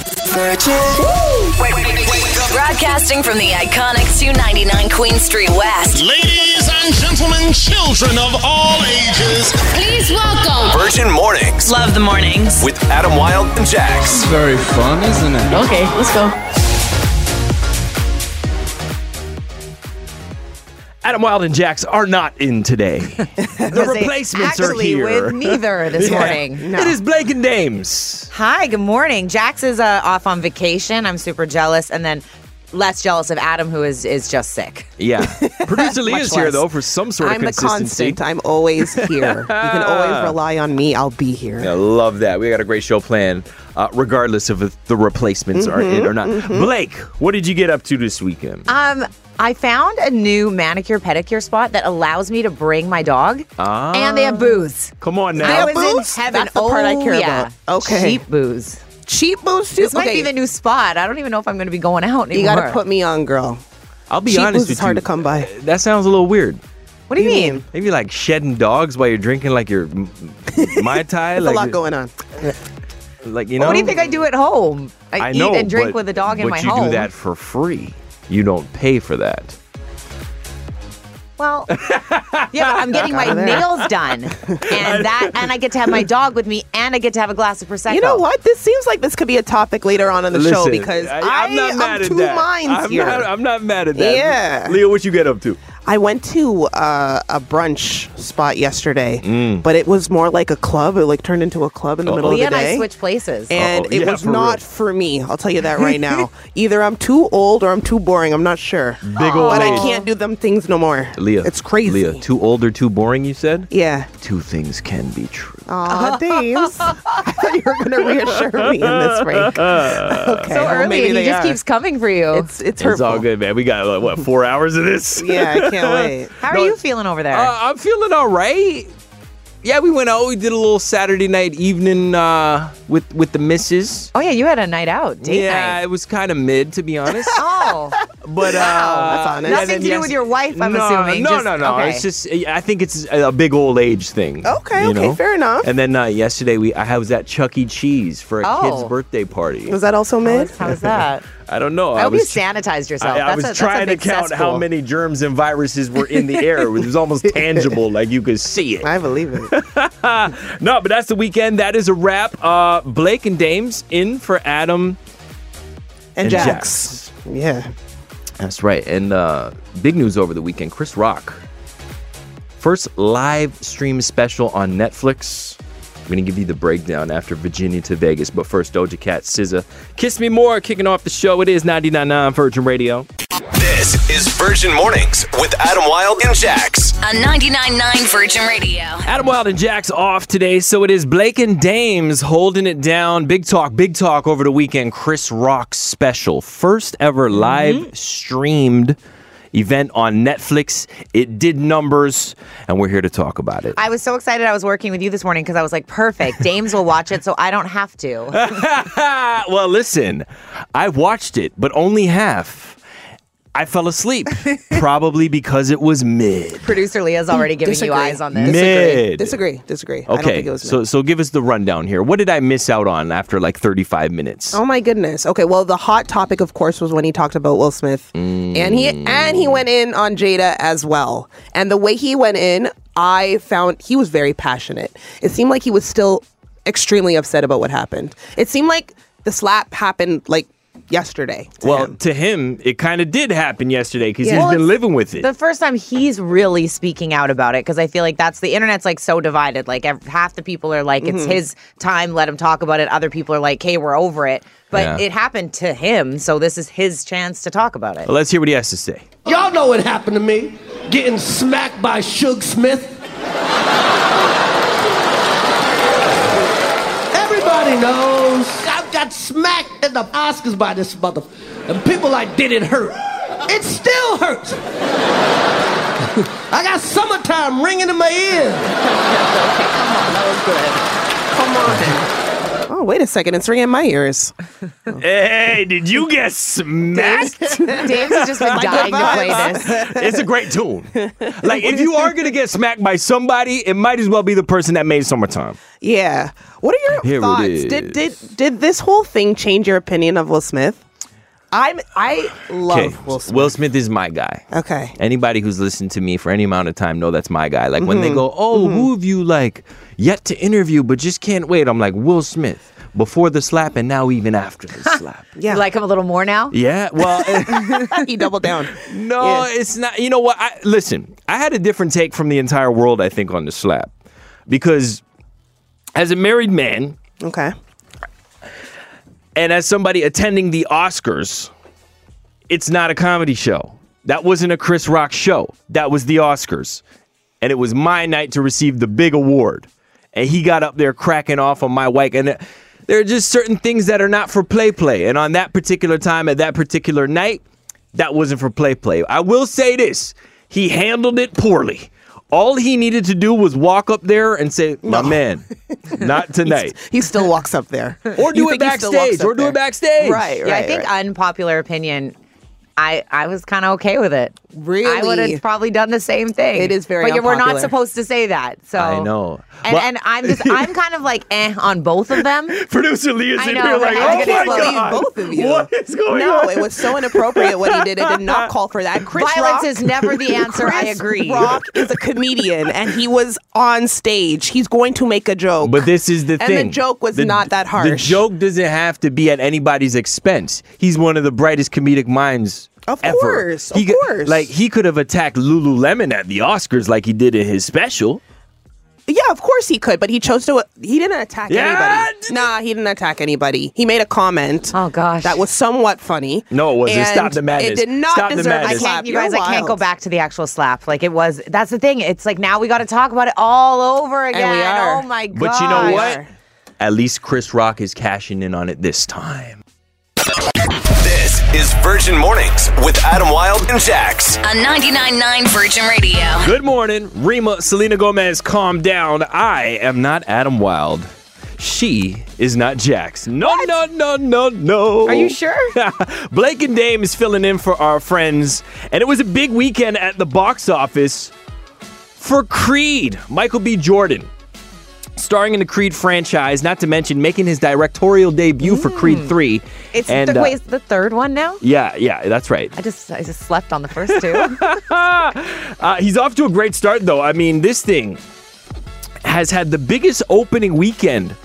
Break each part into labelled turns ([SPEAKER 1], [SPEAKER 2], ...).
[SPEAKER 1] Virgin.
[SPEAKER 2] Wait, wait, wait, wait.
[SPEAKER 3] Broadcasting from the iconic 299 Queen Street West.
[SPEAKER 4] Ladies and gentlemen, children of all ages,
[SPEAKER 5] Please welcome.
[SPEAKER 1] Virgin Mornings
[SPEAKER 6] Love the mornings.
[SPEAKER 1] with Adam Wilde and Jax.
[SPEAKER 7] Very fun, isn't it?
[SPEAKER 6] Okay, let's go.
[SPEAKER 8] Adam Wilde and Jax are not in today. The
[SPEAKER 9] Because they
[SPEAKER 8] replacements are
[SPEAKER 9] actually
[SPEAKER 8] here.
[SPEAKER 9] with neither this
[SPEAKER 8] Yeah.
[SPEAKER 9] morning. No.
[SPEAKER 8] It is Blake and Dames.
[SPEAKER 9] Hi, good morning. Jax is uh, off on vacation. I'm super jealous, and then less jealous of Adam, who is is just sick.
[SPEAKER 8] Yeah. Producer Lee
[SPEAKER 9] Much
[SPEAKER 8] is here,
[SPEAKER 9] less.
[SPEAKER 8] though, for some sort
[SPEAKER 10] I'm
[SPEAKER 8] of
[SPEAKER 10] the
[SPEAKER 8] consistency.
[SPEAKER 10] constant. I'm always here. you can always rely on me. I'll be here.
[SPEAKER 8] I love that. We got a great show planned, uh, regardless of if the replacements are in or not. Blake, what did you get up to this weekend?
[SPEAKER 9] Um, Mm-hmm, I found a new manicure pedicure spot that allows me to bring my dog,
[SPEAKER 8] Ah.
[SPEAKER 9] and they have booze.
[SPEAKER 8] Come on now.
[SPEAKER 9] I
[SPEAKER 10] have
[SPEAKER 9] was
[SPEAKER 10] booze?
[SPEAKER 9] in heaven.
[SPEAKER 10] That's the part I
[SPEAKER 9] Oh,
[SPEAKER 10] care
[SPEAKER 9] yeah.
[SPEAKER 10] about. Okay.
[SPEAKER 9] cheap booze.
[SPEAKER 10] Cheap boost.
[SPEAKER 9] This might be the new spot. I don't even know if I'm going to be going out anymore.
[SPEAKER 10] You got to put me on, girl.
[SPEAKER 8] I'll be
[SPEAKER 10] Cheap
[SPEAKER 8] honest
[SPEAKER 10] booze
[SPEAKER 8] with
[SPEAKER 10] is hard
[SPEAKER 8] you. Uh,
[SPEAKER 10] to come by.
[SPEAKER 8] That sounds a little weird.
[SPEAKER 9] What do you mean?
[SPEAKER 8] Maybe like shedding dogs while you're drinking like your m- mai tai.
[SPEAKER 10] There's a
[SPEAKER 8] like
[SPEAKER 10] lot
[SPEAKER 8] you're-
[SPEAKER 10] going on.
[SPEAKER 8] Like you know.
[SPEAKER 9] What do you think I do at home? I,
[SPEAKER 8] I
[SPEAKER 9] eat
[SPEAKER 8] know,
[SPEAKER 9] and drink
[SPEAKER 8] but-
[SPEAKER 9] with a dog in
[SPEAKER 8] but
[SPEAKER 9] my
[SPEAKER 8] you
[SPEAKER 9] home.
[SPEAKER 8] do that for free. You don't pay for that.
[SPEAKER 9] Well, yeah, but I'm getting my nails done, and that, and I get to have my dog with me, and I get to have a glass of prosecco.
[SPEAKER 10] You know what? This seems like this could be a topic later on in the show because I,
[SPEAKER 8] am not mad
[SPEAKER 10] am
[SPEAKER 8] at
[SPEAKER 10] two
[SPEAKER 8] that.
[SPEAKER 10] minds
[SPEAKER 8] I'm
[SPEAKER 10] here.
[SPEAKER 8] Not, I'm not mad at that.
[SPEAKER 10] Yeah.
[SPEAKER 8] Leo, what you get up to?
[SPEAKER 10] I went to uh, a brunch spot yesterday,
[SPEAKER 8] Mm.
[SPEAKER 10] but it was more like a club. It like turned into a club in the middle of
[SPEAKER 9] Leah
[SPEAKER 10] the
[SPEAKER 9] and
[SPEAKER 10] day.
[SPEAKER 9] I switch places.
[SPEAKER 10] and
[SPEAKER 8] Uh-oh.
[SPEAKER 10] it
[SPEAKER 8] Yeah,
[SPEAKER 10] was
[SPEAKER 8] for
[SPEAKER 10] not
[SPEAKER 8] real.
[SPEAKER 10] for me. I'll tell you that right now. Either I'm too old or I'm too boring. I'm not sure.
[SPEAKER 8] Big old
[SPEAKER 10] Oh, But I
[SPEAKER 8] age.
[SPEAKER 10] can't do them things no more.
[SPEAKER 8] Leah.
[SPEAKER 10] It's crazy.
[SPEAKER 8] Leah, too old or too boring, you said?
[SPEAKER 10] Yeah.
[SPEAKER 8] Two things can be true.
[SPEAKER 10] Aw, Dames. I thought you were going to reassure me in this break. Okay.
[SPEAKER 9] so
[SPEAKER 10] well,
[SPEAKER 9] early,
[SPEAKER 10] maybe
[SPEAKER 9] and he
[SPEAKER 10] they
[SPEAKER 9] just
[SPEAKER 10] are.
[SPEAKER 9] keeps coming for you.
[SPEAKER 10] It's, it's
[SPEAKER 8] It's
[SPEAKER 10] hurtful.
[SPEAKER 8] all good, man. We got, like, what, four hours of this?
[SPEAKER 10] Yeah, I can't wait.
[SPEAKER 9] How are you feeling over there?
[SPEAKER 8] Uh, I'm feeling all right. Yeah, we went out. We did a little Saturday night evening uh, with with the missus.
[SPEAKER 9] oh yeah, you had a night out, date
[SPEAKER 8] yeah,
[SPEAKER 9] night.
[SPEAKER 8] it was kind of mid, to be honest.
[SPEAKER 9] Oh,
[SPEAKER 8] But uh,
[SPEAKER 10] that's honest.
[SPEAKER 8] and
[SPEAKER 9] Nothing
[SPEAKER 8] then
[SPEAKER 9] to do with your wife, I'm
[SPEAKER 8] no,
[SPEAKER 9] assuming.
[SPEAKER 8] No,
[SPEAKER 9] Just-
[SPEAKER 8] no, no.
[SPEAKER 9] okay.
[SPEAKER 8] It's just I think it's a a big old age thing.
[SPEAKER 10] Okay,
[SPEAKER 8] you
[SPEAKER 10] okay,
[SPEAKER 8] know?
[SPEAKER 10] fair enough.
[SPEAKER 8] And then uh, yesterday we I was at Chuck E. Cheese for a
[SPEAKER 9] Oh.
[SPEAKER 8] kid's birthday party.
[SPEAKER 10] Was that also mid?
[SPEAKER 9] how was that?
[SPEAKER 8] I don't know.
[SPEAKER 9] I hope you
[SPEAKER 8] was
[SPEAKER 9] sanitized yourself.
[SPEAKER 8] I,
[SPEAKER 9] that's
[SPEAKER 8] I was
[SPEAKER 9] a, that's a
[SPEAKER 8] trying to
[SPEAKER 9] big
[SPEAKER 8] count how
[SPEAKER 9] cesspool.
[SPEAKER 8] many germs and viruses were in the air. It was almost tangible, like you could see it.
[SPEAKER 10] I believe it.
[SPEAKER 8] No, but that's the weekend. That is a wrap. Uh, Blake and Dames in for Adam
[SPEAKER 10] And,
[SPEAKER 8] and
[SPEAKER 10] Jax.
[SPEAKER 8] Jax.
[SPEAKER 10] Yeah.
[SPEAKER 8] That's right. And uh, big news over the weekend Chris Rock. First live stream special on Netflix. I'm going to give you the breakdown after Virginia to Vegas. But first, Doja Cat, SZA. Kiss Me More kicking off the show. It is 99.9 Virgin Radio.
[SPEAKER 1] This is Virgin Mornings with Adam Wilde and Jax.
[SPEAKER 3] On 99.9 Virgin Radio.
[SPEAKER 8] Adam Wilde and Jack's off today, so it is Blake and Dames holding it down. Big talk, big talk over the weekend. Chris Rock special, first ever live streamed event on Netflix. It did numbers, and we're here to talk about it.
[SPEAKER 9] I was so excited I was working with you this morning because I was like, perfect. Dames will watch it, so I don't have to.
[SPEAKER 8] Uh, well, listen, I watched it, but only half. I fell asleep, probably because it was mid.
[SPEAKER 9] Producer Leah's already giving you eyes on this.
[SPEAKER 8] Mid.
[SPEAKER 10] Disagree. Disagree. I don't think it
[SPEAKER 8] Okay,
[SPEAKER 10] was mid.
[SPEAKER 8] so so give us the rundown here. What did I miss out on after like 35 minutes?
[SPEAKER 10] Oh my goodness. Okay, well the hot topic of course was when he talked about Will Smith. And he and he went in on Jada as well. And the way he went in, I found he was very passionate. It seemed like he was still extremely upset about what happened. It seemed like the slap happened like yesterday. to
[SPEAKER 8] Well,
[SPEAKER 10] him.
[SPEAKER 8] to him, it kind of did happen yesterday because
[SPEAKER 10] Yeah.
[SPEAKER 8] he's
[SPEAKER 10] Well,
[SPEAKER 8] been
[SPEAKER 9] it's-
[SPEAKER 8] living with it.
[SPEAKER 9] the first time he's really speaking out about it because I feel like that's the internet's like so divided. Like ev- half the people are like,
[SPEAKER 8] Mm-hmm.
[SPEAKER 9] it's his time, let him talk about it. Other people are like, hey, we're over it. But
[SPEAKER 8] Yeah.
[SPEAKER 9] it happened to him, so this is his chance to talk about it.
[SPEAKER 8] Let's hear what he has to say.
[SPEAKER 11] Y'all know what happened to me. Getting smacked by Suge Smith. Everybody knows. I got smacked at the Oscars by this mother. And people like, did it hurt? It still hurts. I got summertime ringing in my ear.
[SPEAKER 10] Come on. oh, wait a second, it's ringing in my ears. Oh.
[SPEAKER 8] Hey, did you get smacked?
[SPEAKER 9] Dave's just been dying to play this.
[SPEAKER 8] It's a great tune. Like, if you are gonna get smacked by somebody, it might as well be the person that made "Summertime."
[SPEAKER 10] Yeah. What are your
[SPEAKER 8] Here it
[SPEAKER 10] thoughts?
[SPEAKER 8] is.
[SPEAKER 10] Did did did this whole thing change your opinion of Will Smith? I'm I love Will Smith.
[SPEAKER 8] Will Smith is my guy.
[SPEAKER 10] okay.
[SPEAKER 8] Anybody who's listened to me for any amount of time know that's my guy. Like when they go, "Oh, who have you like yet to interview but just can't wait?" I'm like Will Smith before the slap and now even after the slap.
[SPEAKER 10] Yeah.
[SPEAKER 9] You like him a little more now?
[SPEAKER 8] Yeah, well,
[SPEAKER 10] he doubled down.
[SPEAKER 8] no, it's not. You know what? I, listen, I had a different take from the entire world. I think on the slap because as a married man
[SPEAKER 10] Okay.
[SPEAKER 8] and as somebody attending the Oscars, it's not a comedy show. That wasn't a Chris Rock show. That was the Oscars. And it was my night to receive the big award. And he got up there cracking off on my wife. And uh, there are just certain things that are not for play play. And on that particular time, at that particular night, that wasn't for play play. I will say this he handled it poorly. All he needed to do was walk up there and say, My man, not tonight.
[SPEAKER 10] He still walks up there.
[SPEAKER 8] Or do
[SPEAKER 10] You
[SPEAKER 8] it
[SPEAKER 10] think he still walks
[SPEAKER 8] backstage.
[SPEAKER 10] up
[SPEAKER 8] Or do
[SPEAKER 10] there.
[SPEAKER 8] it backstage.
[SPEAKER 10] Right, right.
[SPEAKER 9] Yeah, I think
[SPEAKER 10] right.
[SPEAKER 9] unpopular opinion. I, I was kind of okay with it. I would
[SPEAKER 10] Really?
[SPEAKER 9] have probably done the same thing.
[SPEAKER 10] It is very
[SPEAKER 9] But you're- we're not
[SPEAKER 10] unpopular.
[SPEAKER 9] supposed to say that. So
[SPEAKER 8] I know.
[SPEAKER 9] And,
[SPEAKER 8] Well-
[SPEAKER 9] and I'm just I'm kind of like eh on both of them.
[SPEAKER 8] Producer Lee is
[SPEAKER 9] I
[SPEAKER 8] in
[SPEAKER 9] know,
[SPEAKER 8] here
[SPEAKER 9] but
[SPEAKER 8] like,
[SPEAKER 9] I
[SPEAKER 8] oh
[SPEAKER 9] think
[SPEAKER 8] my
[SPEAKER 9] it's both-
[SPEAKER 8] god,
[SPEAKER 10] both of you."
[SPEAKER 8] what is going
[SPEAKER 10] no,
[SPEAKER 8] on?
[SPEAKER 10] it was so inappropriate what he did. It did not call for that. Chris
[SPEAKER 9] Violence
[SPEAKER 10] Rock,
[SPEAKER 9] is never the answer. I
[SPEAKER 10] Chris
[SPEAKER 9] agree.
[SPEAKER 10] Rock is a comedian, and he was on stage. He's going to make a joke.
[SPEAKER 8] But this is the
[SPEAKER 10] And the
[SPEAKER 8] thing.
[SPEAKER 10] joke was not that
[SPEAKER 8] The
[SPEAKER 10] harsh.
[SPEAKER 8] joke doesn't have to be at anybody's expense. He's one of the brightest comedic minds.
[SPEAKER 10] Of
[SPEAKER 8] ever.
[SPEAKER 10] course,
[SPEAKER 8] he
[SPEAKER 10] of
[SPEAKER 8] could-
[SPEAKER 10] course.
[SPEAKER 8] Like he could have attacked Lululemon at the Oscars, like he did in his special.
[SPEAKER 10] Yeah, of course he could, but he chose to. He didn't attack
[SPEAKER 8] Yeah,
[SPEAKER 10] anybody. Nah, he didn't attack anybody. He made a comment.
[SPEAKER 9] Oh, gosh.
[SPEAKER 10] that was somewhat funny.
[SPEAKER 8] No, it wasn't.
[SPEAKER 10] And
[SPEAKER 8] Stop the madness.
[SPEAKER 10] It did not
[SPEAKER 8] Stop the
[SPEAKER 10] deserve a
[SPEAKER 8] madness.
[SPEAKER 9] I
[SPEAKER 10] slap.
[SPEAKER 9] can't, you
[SPEAKER 10] You're
[SPEAKER 9] guys, I can't go
[SPEAKER 10] wild.
[SPEAKER 9] back to the actual slap. Like it was. That's the thing. It's like now we got to talk about it all over
[SPEAKER 10] we
[SPEAKER 9] again.
[SPEAKER 10] are.
[SPEAKER 9] Oh my god.
[SPEAKER 8] But you know what?
[SPEAKER 10] Gosh.
[SPEAKER 8] At least Chris Rock is cashing in on it this time.
[SPEAKER 1] This is Virgin Mornings with Adam Wilde and Jax.
[SPEAKER 3] On 99.9 Virgin Radio.
[SPEAKER 8] Good morning, Rima Selena Gomez. Calm down. I am not Adam Wilde. She is not Jax. No, no, no, no, no.
[SPEAKER 9] Are you sure?
[SPEAKER 8] Blake and Dame is filling in for our friends, and it was a big weekend at the box office for Creed. Michael B. Jordan, starring in the Creed franchise, not to mention making his directorial debut for Creed 3.
[SPEAKER 9] Mm. It's
[SPEAKER 8] And,
[SPEAKER 9] the,
[SPEAKER 8] uh,
[SPEAKER 9] wait, it's the third one now.
[SPEAKER 8] yeah, yeah, that's right.
[SPEAKER 9] I just I just slept on the first two.
[SPEAKER 8] Uh, he's off to a great start, though. I mean, this thing has had the biggest opening weekend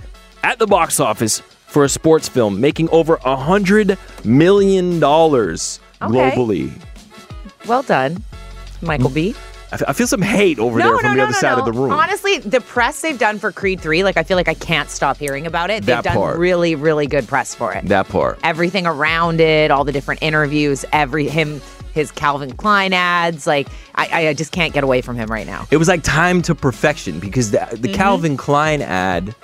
[SPEAKER 8] at the box office for a sports film, making over a hundred million dollars globally.
[SPEAKER 9] well done, Michael B.
[SPEAKER 8] I f- I feel some hate over there from the other side of the room.
[SPEAKER 9] Honestly, the press they've done for Creed 3, like I feel like I can't stop hearing about it. they've
[SPEAKER 8] That
[SPEAKER 9] done
[SPEAKER 8] part.
[SPEAKER 9] really, really good press for it.
[SPEAKER 8] that part.
[SPEAKER 9] Everything around it, all the different interviews, every him his Calvin Klein ads, like I, I just can't get away from him right now.
[SPEAKER 8] It was like time to perfection because the, the
[SPEAKER 9] Mm-hmm.
[SPEAKER 8] Calvin Klein ad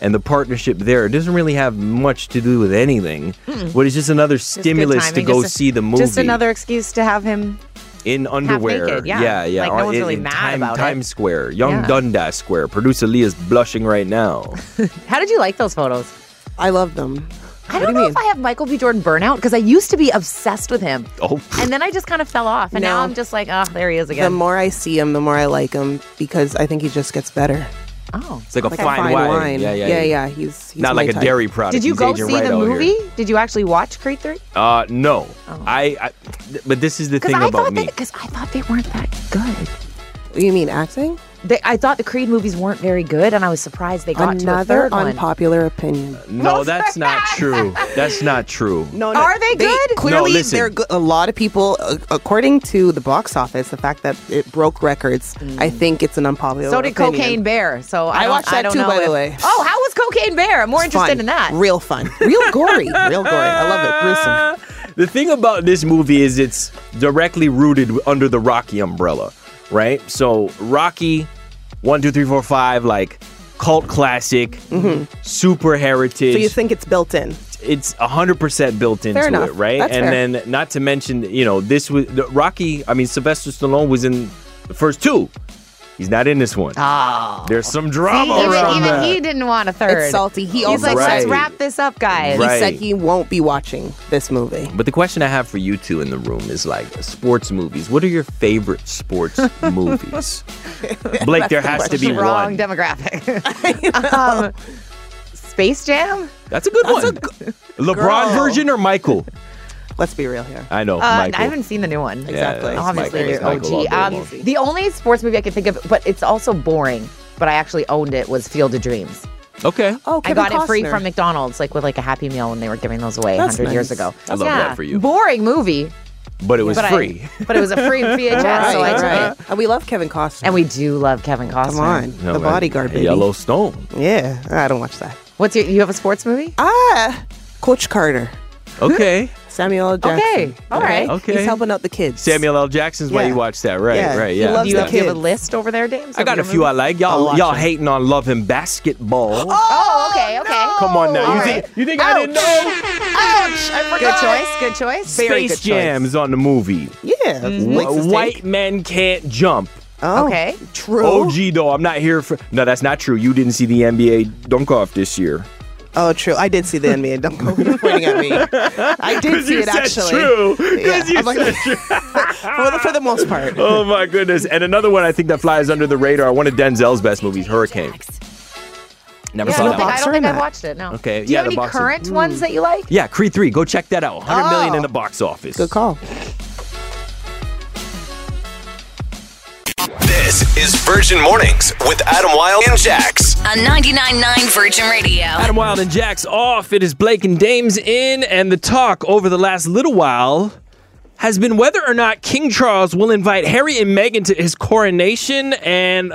[SPEAKER 8] and the partnership there it doesn't really have much to do with anything, but it's just another
[SPEAKER 9] Just good
[SPEAKER 8] stimulus to
[SPEAKER 9] timing,
[SPEAKER 8] go
[SPEAKER 9] just a-
[SPEAKER 8] see the movie.
[SPEAKER 9] Just another excuse to have him
[SPEAKER 8] in underwear.
[SPEAKER 9] naked, yeah.
[SPEAKER 8] yeah, yeah.
[SPEAKER 9] Like, no
[SPEAKER 8] Or
[SPEAKER 9] one's
[SPEAKER 8] in-
[SPEAKER 9] really
[SPEAKER 8] in
[SPEAKER 9] mad
[SPEAKER 8] Time-
[SPEAKER 9] about it.
[SPEAKER 8] Times Square, Young
[SPEAKER 9] Yeah.
[SPEAKER 8] Dundas Square. Producer Leah's blushing right now.
[SPEAKER 9] How did you like those photos?
[SPEAKER 10] I love them.
[SPEAKER 9] I don't
[SPEAKER 10] do
[SPEAKER 9] know
[SPEAKER 10] you
[SPEAKER 9] if I have Michael B. Jordan burnout because I used to be obsessed with him.
[SPEAKER 8] Oh,
[SPEAKER 9] And then I just kind of fell off. And now
[SPEAKER 10] No.
[SPEAKER 9] I'm just like, oh, there he is
[SPEAKER 10] The
[SPEAKER 9] again.
[SPEAKER 10] more I see him, the more I like him because I think he just gets better.
[SPEAKER 9] oh.
[SPEAKER 8] it's like a
[SPEAKER 10] Like
[SPEAKER 8] fine,
[SPEAKER 10] a fine
[SPEAKER 8] wine.
[SPEAKER 10] wine.
[SPEAKER 8] Yeah, yeah,
[SPEAKER 10] yeah. He's, he's
[SPEAKER 8] Not
[SPEAKER 10] my
[SPEAKER 8] like a
[SPEAKER 10] type.
[SPEAKER 8] dairy product.
[SPEAKER 9] Did you
[SPEAKER 8] He's
[SPEAKER 9] go
[SPEAKER 8] Agent
[SPEAKER 9] see
[SPEAKER 8] Wright
[SPEAKER 9] the
[SPEAKER 8] out here.
[SPEAKER 9] movie? Did you actually watch Creed 3?
[SPEAKER 8] Uh, no. I, I. th- But this is the
[SPEAKER 9] Because
[SPEAKER 8] thing
[SPEAKER 9] I
[SPEAKER 8] about
[SPEAKER 9] thought
[SPEAKER 8] me.
[SPEAKER 9] that because I thought they weren't that good.
[SPEAKER 10] You mean acting?
[SPEAKER 9] They, I thought the Creed movies weren't very good, and I was surprised they got to a
[SPEAKER 10] Another
[SPEAKER 9] third one.
[SPEAKER 10] unpopular opinion.
[SPEAKER 8] no, that's not true. That's not true.
[SPEAKER 10] No,
[SPEAKER 9] no, Are they good?
[SPEAKER 10] Clearly,
[SPEAKER 8] No, listen.
[SPEAKER 10] they're good. A lot of people, uh, according to the box office, the fact that it broke records,
[SPEAKER 8] Mm.
[SPEAKER 10] I think it's an unpopular.
[SPEAKER 9] So did
[SPEAKER 10] opinion.
[SPEAKER 9] Cocaine Bear. So I,
[SPEAKER 10] I
[SPEAKER 9] don't-
[SPEAKER 10] watched that
[SPEAKER 9] I don't
[SPEAKER 10] too,
[SPEAKER 9] know
[SPEAKER 10] by the
[SPEAKER 9] if-
[SPEAKER 10] way.
[SPEAKER 9] Oh, how was Cocaine Bear? I'm more interested
[SPEAKER 10] Fun.
[SPEAKER 9] in that.
[SPEAKER 10] Real fun. Real gory. Real gory. I love it. Gruesome.
[SPEAKER 8] Ah. The thing about this movie is it's directly rooted under the Rocky umbrella, right? So Rocky, one, two, three, four, five, like cult classic, super heritage.
[SPEAKER 10] Mm-hmm. So you think it's built in?
[SPEAKER 8] it's 100% built into
[SPEAKER 10] enough.
[SPEAKER 8] it, right?
[SPEAKER 10] That's
[SPEAKER 8] and
[SPEAKER 10] fair.
[SPEAKER 8] then not to mention, you know, this was the Rocky, I mean Sylvester Stallone was in the first two. He's not in this one.
[SPEAKER 10] Ah.
[SPEAKER 8] There's some drama
[SPEAKER 9] even
[SPEAKER 8] around
[SPEAKER 9] even
[SPEAKER 8] that.
[SPEAKER 9] he didn't want a third.
[SPEAKER 10] It's salty. He
[SPEAKER 9] He's
[SPEAKER 10] also
[SPEAKER 9] like, let's
[SPEAKER 8] Right.
[SPEAKER 9] wrap this up, guys.
[SPEAKER 10] he
[SPEAKER 8] Right.
[SPEAKER 10] said he won't be watching this movie.
[SPEAKER 8] But the question I have for you two in the room is like sports movies. What are your favorite sports movies? Blake, there has to be
[SPEAKER 9] Wrong
[SPEAKER 8] one.
[SPEAKER 9] demographic. um, Space Jam?
[SPEAKER 8] That's a good one. LeBron
[SPEAKER 10] Girl.
[SPEAKER 8] version or Michael?
[SPEAKER 10] Let's be real here.
[SPEAKER 8] I know
[SPEAKER 9] Uh,
[SPEAKER 8] Michael.
[SPEAKER 9] I haven't seen the new one.
[SPEAKER 8] Yeah,
[SPEAKER 10] Exactly.
[SPEAKER 8] that's
[SPEAKER 9] Obviously,
[SPEAKER 8] Michael. It's
[SPEAKER 9] you're
[SPEAKER 8] Michael all
[SPEAKER 9] OG.
[SPEAKER 8] day
[SPEAKER 9] Um,
[SPEAKER 8] long.
[SPEAKER 9] the only sports movie I can think of, but it's also boring. But I actually owned it was Field of Dreams.
[SPEAKER 8] okay.
[SPEAKER 10] Oh, Kevin
[SPEAKER 9] I got it free
[SPEAKER 10] Costner.
[SPEAKER 9] from McDonald's, like with like a Happy Meal when they were giving those away
[SPEAKER 10] That's
[SPEAKER 9] hundred years
[SPEAKER 10] nice.
[SPEAKER 9] ago.
[SPEAKER 8] I love that for you.
[SPEAKER 9] Boring movie,
[SPEAKER 8] But it was
[SPEAKER 9] but
[SPEAKER 8] free.
[SPEAKER 9] I, but it was a free VHS, so I
[SPEAKER 10] Right,
[SPEAKER 9] took
[SPEAKER 10] right.
[SPEAKER 9] it.
[SPEAKER 10] And we love Kevin Costner.
[SPEAKER 9] And we do love Kevin Costner.
[SPEAKER 10] come on,
[SPEAKER 8] No,
[SPEAKER 10] the
[SPEAKER 8] man.
[SPEAKER 10] bodyguard, baby.
[SPEAKER 8] Yellowstone.
[SPEAKER 10] Yeah, I don't watch that.
[SPEAKER 9] What's your? You have a sports movie?
[SPEAKER 10] Ah, Coach Carter,
[SPEAKER 8] Okay.
[SPEAKER 10] Samuel L. Jackson.
[SPEAKER 9] Okay, all right.
[SPEAKER 8] Okay.
[SPEAKER 10] He's helping out the kids.
[SPEAKER 8] Samuel L. Jackson's why
[SPEAKER 10] Yeah.
[SPEAKER 8] you watch that, right?
[SPEAKER 10] Yeah,
[SPEAKER 8] Right?
[SPEAKER 10] he
[SPEAKER 8] Yeah.
[SPEAKER 10] loves
[SPEAKER 9] Do you,
[SPEAKER 10] the
[SPEAKER 9] have, do you have a
[SPEAKER 10] kids.
[SPEAKER 9] list over there, James?
[SPEAKER 8] I got a
[SPEAKER 9] of your
[SPEAKER 8] few I
[SPEAKER 9] movies?
[SPEAKER 8] like.
[SPEAKER 10] I'll
[SPEAKER 8] Y'all,
[SPEAKER 10] watch
[SPEAKER 8] y'all
[SPEAKER 10] them.
[SPEAKER 8] hating on Love and Basketball.
[SPEAKER 9] Oh, okay, okay.
[SPEAKER 8] Come on now.
[SPEAKER 10] Oh,
[SPEAKER 8] You
[SPEAKER 9] All
[SPEAKER 8] think, you think I didn't know?
[SPEAKER 9] Good choice. Good choice.
[SPEAKER 10] Very
[SPEAKER 8] Space
[SPEAKER 10] good choice.
[SPEAKER 8] Jam's on the movie.
[SPEAKER 10] Yeah, Blake's
[SPEAKER 8] Wh-
[SPEAKER 10] his
[SPEAKER 8] White
[SPEAKER 10] take.
[SPEAKER 8] men can't jump.
[SPEAKER 10] Oh,
[SPEAKER 9] Mm-hmm. Okay.
[SPEAKER 10] True.
[SPEAKER 8] OG though, I'm not here for. No, that's not true. You didn't see the NBA dunk off this year.
[SPEAKER 10] Oh, true. I did see the NBA. Don't go you're pointing at me. I did see
[SPEAKER 8] you
[SPEAKER 10] it
[SPEAKER 8] said
[SPEAKER 10] actually.
[SPEAKER 8] true. 'Cause
[SPEAKER 10] Yeah,
[SPEAKER 8] you
[SPEAKER 10] I'm like-
[SPEAKER 8] said
[SPEAKER 10] for, the, for the most part.
[SPEAKER 8] Oh my goodness! And another one I think that flies under the radar. One of Denzel's best movies, Hurricane. Never
[SPEAKER 9] Yeah, I
[SPEAKER 8] saw
[SPEAKER 9] don't think,
[SPEAKER 8] that.
[SPEAKER 9] I
[SPEAKER 8] one.
[SPEAKER 10] boxer
[SPEAKER 9] don't think
[SPEAKER 10] in
[SPEAKER 9] I've
[SPEAKER 10] that.
[SPEAKER 9] watched it. No. Do
[SPEAKER 8] Okay,
[SPEAKER 9] you
[SPEAKER 8] yeah,
[SPEAKER 9] have
[SPEAKER 8] the
[SPEAKER 9] any
[SPEAKER 8] boxer.
[SPEAKER 9] current ones that you like?
[SPEAKER 8] Yeah, Creed three. Go check that out. Hundred million
[SPEAKER 9] Oh.
[SPEAKER 8] in the box office.
[SPEAKER 10] Good call.
[SPEAKER 1] This is Virgin Mornings with Adam Wilde and Jax.
[SPEAKER 3] On 99.9 Virgin Radio.
[SPEAKER 8] Adam Wild and Jack's off. It is Blake and Dames in, and the talk over the last little while has been whether or not King Charles will invite Harry and Meghan to his coronation. And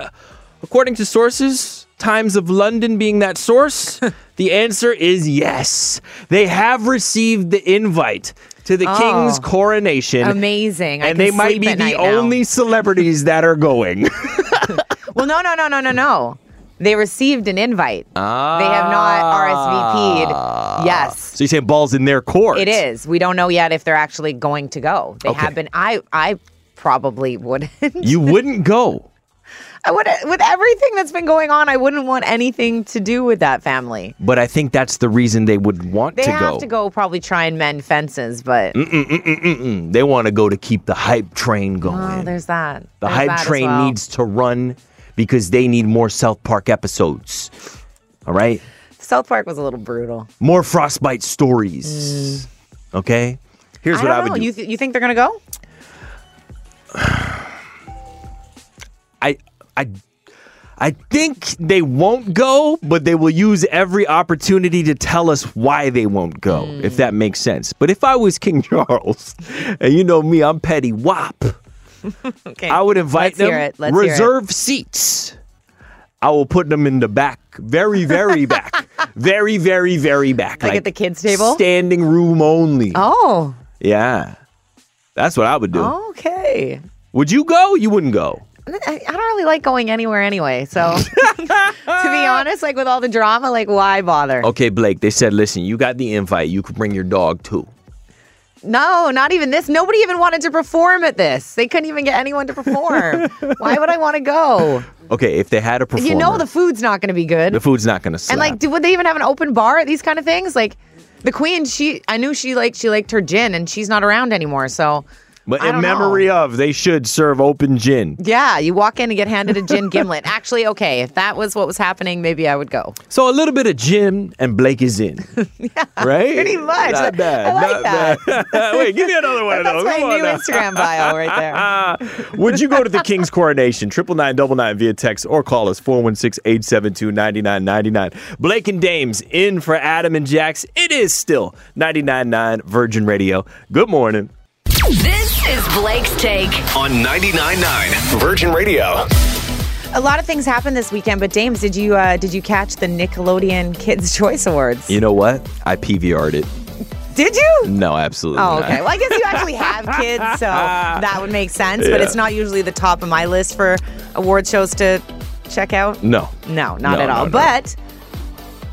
[SPEAKER 8] according to sources, Times of London being that source, the answer is yes. They have received the invite to the King's
[SPEAKER 9] Oh.
[SPEAKER 8] coronation.
[SPEAKER 9] Amazing. I can
[SPEAKER 8] And they might
[SPEAKER 9] sleep
[SPEAKER 8] be
[SPEAKER 9] at
[SPEAKER 8] the
[SPEAKER 9] night now.
[SPEAKER 8] only celebrities that are going.
[SPEAKER 9] Well, no, no, no, no, no, no. They received an invite. They have not RSVP'd. Yes.
[SPEAKER 8] Ah. so you say balls in their court.
[SPEAKER 9] It is. We don't know yet if they're actually going to go. They have
[SPEAKER 8] Okay.
[SPEAKER 9] been. I I probably wouldn't.
[SPEAKER 8] You wouldn't go.
[SPEAKER 9] I would with everything that's been going on, I wouldn't want anything to do with that family.
[SPEAKER 8] But I think that's the reason they would want
[SPEAKER 9] They
[SPEAKER 8] to,
[SPEAKER 9] have
[SPEAKER 8] go.
[SPEAKER 9] to go probably try and mend fences, but
[SPEAKER 8] They want to go to keep the hype train going.
[SPEAKER 9] oh, there's that.
[SPEAKER 8] the
[SPEAKER 9] There's that
[SPEAKER 8] hype
[SPEAKER 9] as
[SPEAKER 8] train
[SPEAKER 9] well.
[SPEAKER 8] needs to run because they need more South Park episodes. All right?
[SPEAKER 9] South Park was a little brutal.
[SPEAKER 8] More frostbite stories. Okay? Here's
[SPEAKER 9] Mm. I
[SPEAKER 8] what
[SPEAKER 9] don't
[SPEAKER 8] I would
[SPEAKER 9] know.
[SPEAKER 8] do.
[SPEAKER 9] You, th- you think they're gonna go?
[SPEAKER 8] I I I think they won't go, but they will use every opportunity to tell us why they won't go,
[SPEAKER 9] Hmm.
[SPEAKER 8] if that makes sense. But if I was King Charles, and you know me, I'm petty wop.
[SPEAKER 9] Okay.
[SPEAKER 8] I would invite
[SPEAKER 9] Let's
[SPEAKER 8] them.
[SPEAKER 9] Hear it. Let's hear it.
[SPEAKER 8] reserve seats. I will put them in the back, very, very back, very, very, very back.
[SPEAKER 9] Like at the kids' table?
[SPEAKER 8] standing room only.
[SPEAKER 9] Oh,
[SPEAKER 8] Yeah, that's what I would do.
[SPEAKER 9] okay.
[SPEAKER 8] Would you go? You wouldn't go.
[SPEAKER 9] I, I don't really like going anywhere anyway. So, to be honest, like with all the drama, like why bother?
[SPEAKER 8] Okay, Blake. They said, listen, you got the invite. You can bring your dog too.
[SPEAKER 9] No, not even this. Nobody even wanted to perform at this. They couldn't even get anyone to perform. why would I want to go?
[SPEAKER 8] Okay, if they had a performer,
[SPEAKER 9] You know the food's not going to be good.
[SPEAKER 8] the food's not gonna slap.
[SPEAKER 9] and like, do, would they even have an open bar at these kind of things? Like, the queen, she I knew she like she liked her gin, and she's not around anymore. So,
[SPEAKER 8] but
[SPEAKER 9] I
[SPEAKER 8] in
[SPEAKER 9] don't know.
[SPEAKER 8] memory of, they should serve open gin.
[SPEAKER 9] Yeah, you walk in and get handed a gin gimlet. Actually, okay, if that was what was happening, maybe I would go.
[SPEAKER 8] So a little bit of gin and Blake is in. right?
[SPEAKER 9] pretty much.
[SPEAKER 8] Not bad.
[SPEAKER 9] I like
[SPEAKER 8] not bad. Wait, give me another one of
[SPEAKER 9] That's
[SPEAKER 8] those.
[SPEAKER 9] my
[SPEAKER 8] Come on
[SPEAKER 9] new
[SPEAKER 8] now.
[SPEAKER 9] Instagram bio right there.
[SPEAKER 8] Ah, Would you go to the King's coronation? Triple nine double nine via text or call us 416-872-9999. Blake and Dames in for Adam and Jax. It is still 99.9 Virgin Radio. Good morning.
[SPEAKER 3] This is Blake's Take.
[SPEAKER 1] On 99.9 Virgin Radio.
[SPEAKER 9] A lot of things happened this weekend, but James, did you uh, did you catch the Nickelodeon Kids Choice Awards?
[SPEAKER 8] You know what? I PVR'd it.
[SPEAKER 9] Did you?
[SPEAKER 8] No, absolutely
[SPEAKER 9] Oh,
[SPEAKER 8] not.
[SPEAKER 9] okay. Well, I guess you actually have kids, so that would make sense. But
[SPEAKER 8] Yeah.
[SPEAKER 9] it's not usually the top of my list for award shows to check out.
[SPEAKER 8] No.
[SPEAKER 9] No, not
[SPEAKER 8] No,
[SPEAKER 9] at
[SPEAKER 8] no,
[SPEAKER 9] all.
[SPEAKER 8] no.
[SPEAKER 9] But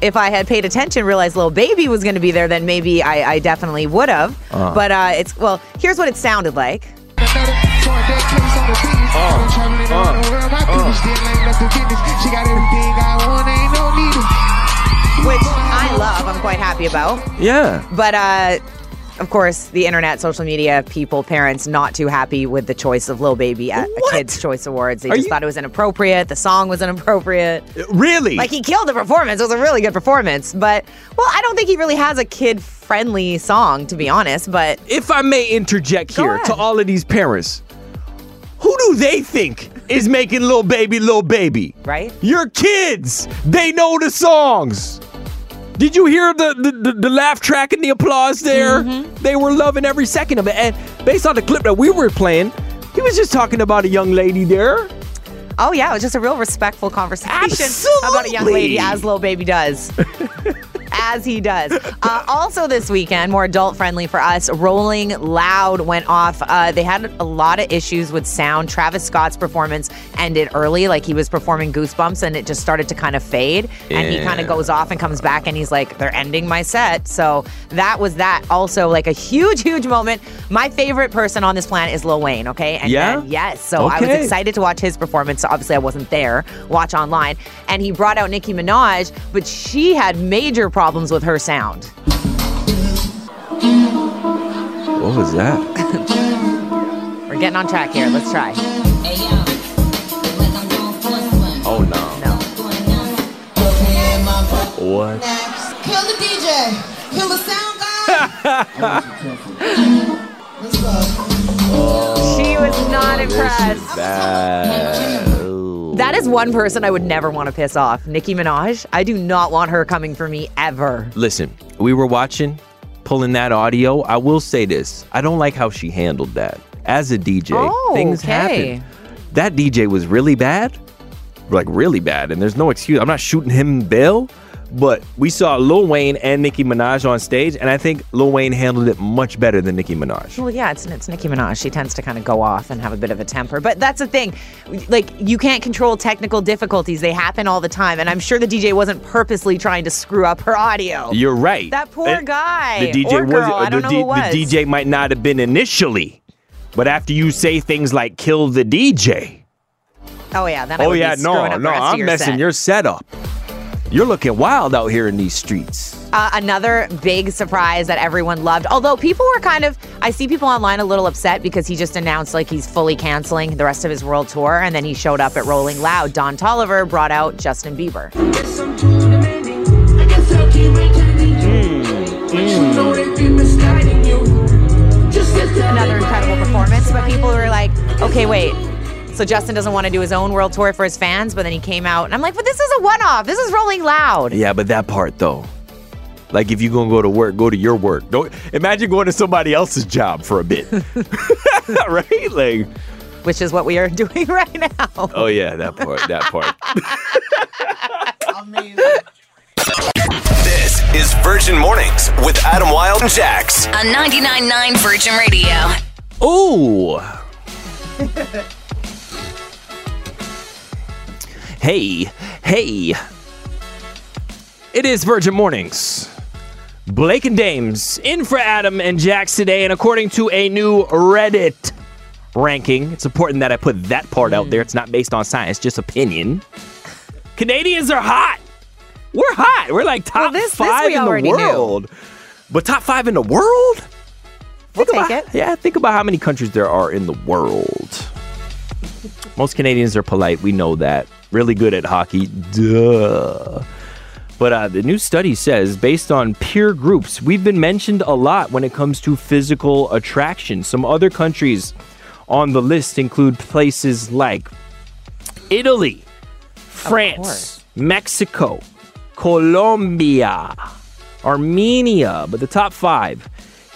[SPEAKER 9] if I had paid attention, realized little baby was going to be there, then maybe I, I definitely would have.
[SPEAKER 8] Uh-huh.
[SPEAKER 9] But uh, it's well. Here's what it sounded like.
[SPEAKER 12] Uh, uh, uh, I'm still ain't up to business. She got everything I want, ain't no need it.
[SPEAKER 9] which I love. I'm quite happy about.
[SPEAKER 8] Yeah.
[SPEAKER 9] But uh, of course, the internet, social media, people, parents, not too happy with the choice of Lil Baby at a
[SPEAKER 8] What?
[SPEAKER 9] Kids Choice Awards. They
[SPEAKER 8] Are
[SPEAKER 9] just
[SPEAKER 8] you-
[SPEAKER 9] thought it was inappropriate. The song was inappropriate.
[SPEAKER 8] Really?
[SPEAKER 9] Like he killed the performance. It was a really good performance, but well, I don't think he really has a kid-friendly song to be honest. But
[SPEAKER 8] if I may interject
[SPEAKER 9] Go
[SPEAKER 8] here to
[SPEAKER 9] ahead.
[SPEAKER 8] all of these parents, who do they think is making little baby little baby?
[SPEAKER 9] Right.
[SPEAKER 8] Your kids. They know the songs. Did you hear the the, the, the laugh track and the applause there? They were loving every second of it. And based on the clip that we were playing, he was just talking about a young lady there.
[SPEAKER 9] oh yeah, it was just a real respectful conversation about a young
[SPEAKER 8] Absolutely.
[SPEAKER 9] lady as Lil Baby does. As he does. Uh, also, this weekend, more adult friendly for us, Rolling Loud went off. Uh, they had a lot of issues with sound. Travis Scott's performance ended early. Like he was performing Goosebumps and it just started to kind of fade. And he kind of goes off and comes back and he's like, they're ending my set. So that was that. Also, like a huge, huge moment. My favorite person on this planet is Lil Wayne, okay? And
[SPEAKER 8] Yeah?
[SPEAKER 9] then- yes. So Oh, I was
[SPEAKER 8] Okay.
[SPEAKER 9] excited excited to watch his performance. So obviously, I wasn't there. Watch online, and he brought out Nicki Minaj, but she had major problems with her sound.
[SPEAKER 8] What was that?
[SPEAKER 9] We're getting on track here. Let's try.
[SPEAKER 8] Oh no.
[SPEAKER 9] No,
[SPEAKER 8] What?
[SPEAKER 13] Kill the DJ. Kill the sound
[SPEAKER 12] Hmm,
[SPEAKER 13] guy.
[SPEAKER 9] she was not impressed. That is one person I would never want to piss off. Nicki Minaj. I do not want her coming for me ever.
[SPEAKER 8] Listen, we were watching, pulling that audio. I will say this I don't like how she handled that. As a DJ,
[SPEAKER 9] Oh,
[SPEAKER 8] things
[SPEAKER 9] okay.
[SPEAKER 8] happen. That DJ was really bad, like really bad, and there's no excuse. I'm not shooting him bail, but we saw Lil Wayne and Nicki Minaj on stage, and I think Lil Wayne handled it much better than Nicki Minaj.
[SPEAKER 9] Well, yeah, it's it's Nicki Minaj. She tends to kind of go off and have a bit of a temper. But that's the thing, like you can't control technical difficulties. They happen all the time, and I'm sure the DJ wasn't purposely trying to screw up her audio.
[SPEAKER 8] You're right.
[SPEAKER 9] That poor
[SPEAKER 8] Uh,
[SPEAKER 9] guy.
[SPEAKER 8] The DJ
[SPEAKER 9] or girl,
[SPEAKER 8] was,
[SPEAKER 9] I
[SPEAKER 8] the,
[SPEAKER 9] don't know who was.
[SPEAKER 8] the DJ might not have been initially, but after you say things like "kill the DJ,"
[SPEAKER 9] Oh yeah, then I
[SPEAKER 8] Oh
[SPEAKER 9] would be
[SPEAKER 8] yeah, no,
[SPEAKER 9] screwing up the
[SPEAKER 8] no,
[SPEAKER 9] rest of
[SPEAKER 8] I'm
[SPEAKER 9] your
[SPEAKER 8] messing
[SPEAKER 9] set.
[SPEAKER 8] your set up. You're looking wild out here in these streets.
[SPEAKER 9] Uh, another big surprise that everyone loved. Although people were kind of, I see people online a little upset because he just announced like he's fully canceling the rest of his world tour, and then he showed up at Rolling Loud. Don Tolliver brought out Justin Bieber.
[SPEAKER 12] hmm.
[SPEAKER 9] another incredible performance, but people were like, okay, wait. So Justin doesn't want to do his own world tour for his fans, but then he came out and I'm like, but this is a one off. This is Rolling Loud.
[SPEAKER 8] Yeah, but that part though. Like if you're gonna go to work, go to your work. Don't imagine going to somebody else's job for a bit. right? Like,
[SPEAKER 9] Which is what we are doing right now.
[SPEAKER 8] oh yeah, that part, that part.
[SPEAKER 1] This is Virgin Mornings with Adam Wilde and Jax.
[SPEAKER 3] On 99.9 Virgin Radio.
[SPEAKER 8] Ooh. hey, hey. It is Virgin Mornings. Blake and Dames in for Adam and Jax today, and according to a new Reddit ranking, it's important that I put that part
[SPEAKER 9] Hmm.
[SPEAKER 8] out there. It's not based on science, just opinion. Canadians are hot. We're hot. We're like top
[SPEAKER 9] this- this
[SPEAKER 8] five
[SPEAKER 9] we
[SPEAKER 8] in
[SPEAKER 9] already
[SPEAKER 8] the
[SPEAKER 9] knew.
[SPEAKER 8] world. But top five in the world?
[SPEAKER 9] We'll
[SPEAKER 8] Think
[SPEAKER 9] take it.
[SPEAKER 8] about- Yeah, think about how many countries there are in the world. Most Canadians are polite. We know that. Really good at hockey. Duh. But uh, the new study says, based on peer groups, we've been mentioned a lot when it comes to physical attraction. Some other countries on the list include places like Italy, France,
[SPEAKER 9] course.
[SPEAKER 8] Mexico, Colombia, Armenia, but the top five.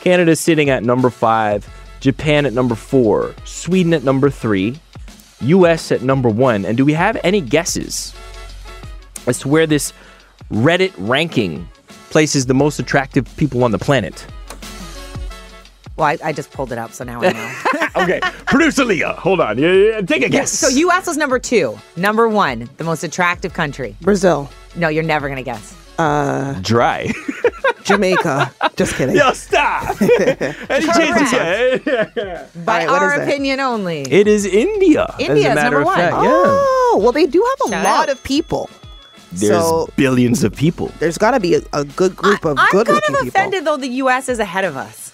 [SPEAKER 8] Canada sitting at number five, Japan at number four, Sweden at number three, US at number one. And do we have any guesses as to where this Reddit ranking places the most attractive people on the planet?
[SPEAKER 9] Well, I, I just pulled it up, so now I know.
[SPEAKER 8] Okay, producer Leah, hold on. Yeah, yeah, yeah, Take a guess.
[SPEAKER 9] so US was number two. Number one, the most attractive country.
[SPEAKER 14] Brazil.
[SPEAKER 9] No, you're never going to guess.
[SPEAKER 8] dry.
[SPEAKER 10] Jamaica. Just kidding.
[SPEAKER 8] Yo, stop. Any chance you get.
[SPEAKER 9] By
[SPEAKER 10] All right, what is
[SPEAKER 9] our
[SPEAKER 10] it?
[SPEAKER 9] opinion only.
[SPEAKER 8] It is India.
[SPEAKER 9] India's
[SPEAKER 8] as a matter
[SPEAKER 9] number
[SPEAKER 8] of
[SPEAKER 9] one.
[SPEAKER 8] fact, yeah.
[SPEAKER 10] Oh, well, they do have a
[SPEAKER 9] Shout
[SPEAKER 10] lot
[SPEAKER 9] out.
[SPEAKER 10] of people.
[SPEAKER 8] There's
[SPEAKER 10] So-
[SPEAKER 8] billions of people.
[SPEAKER 10] There's got to be a, a good group of
[SPEAKER 9] I'm
[SPEAKER 10] good
[SPEAKER 9] kind
[SPEAKER 10] looking
[SPEAKER 9] of
[SPEAKER 10] people.
[SPEAKER 9] offended though the U.S. is ahead of us.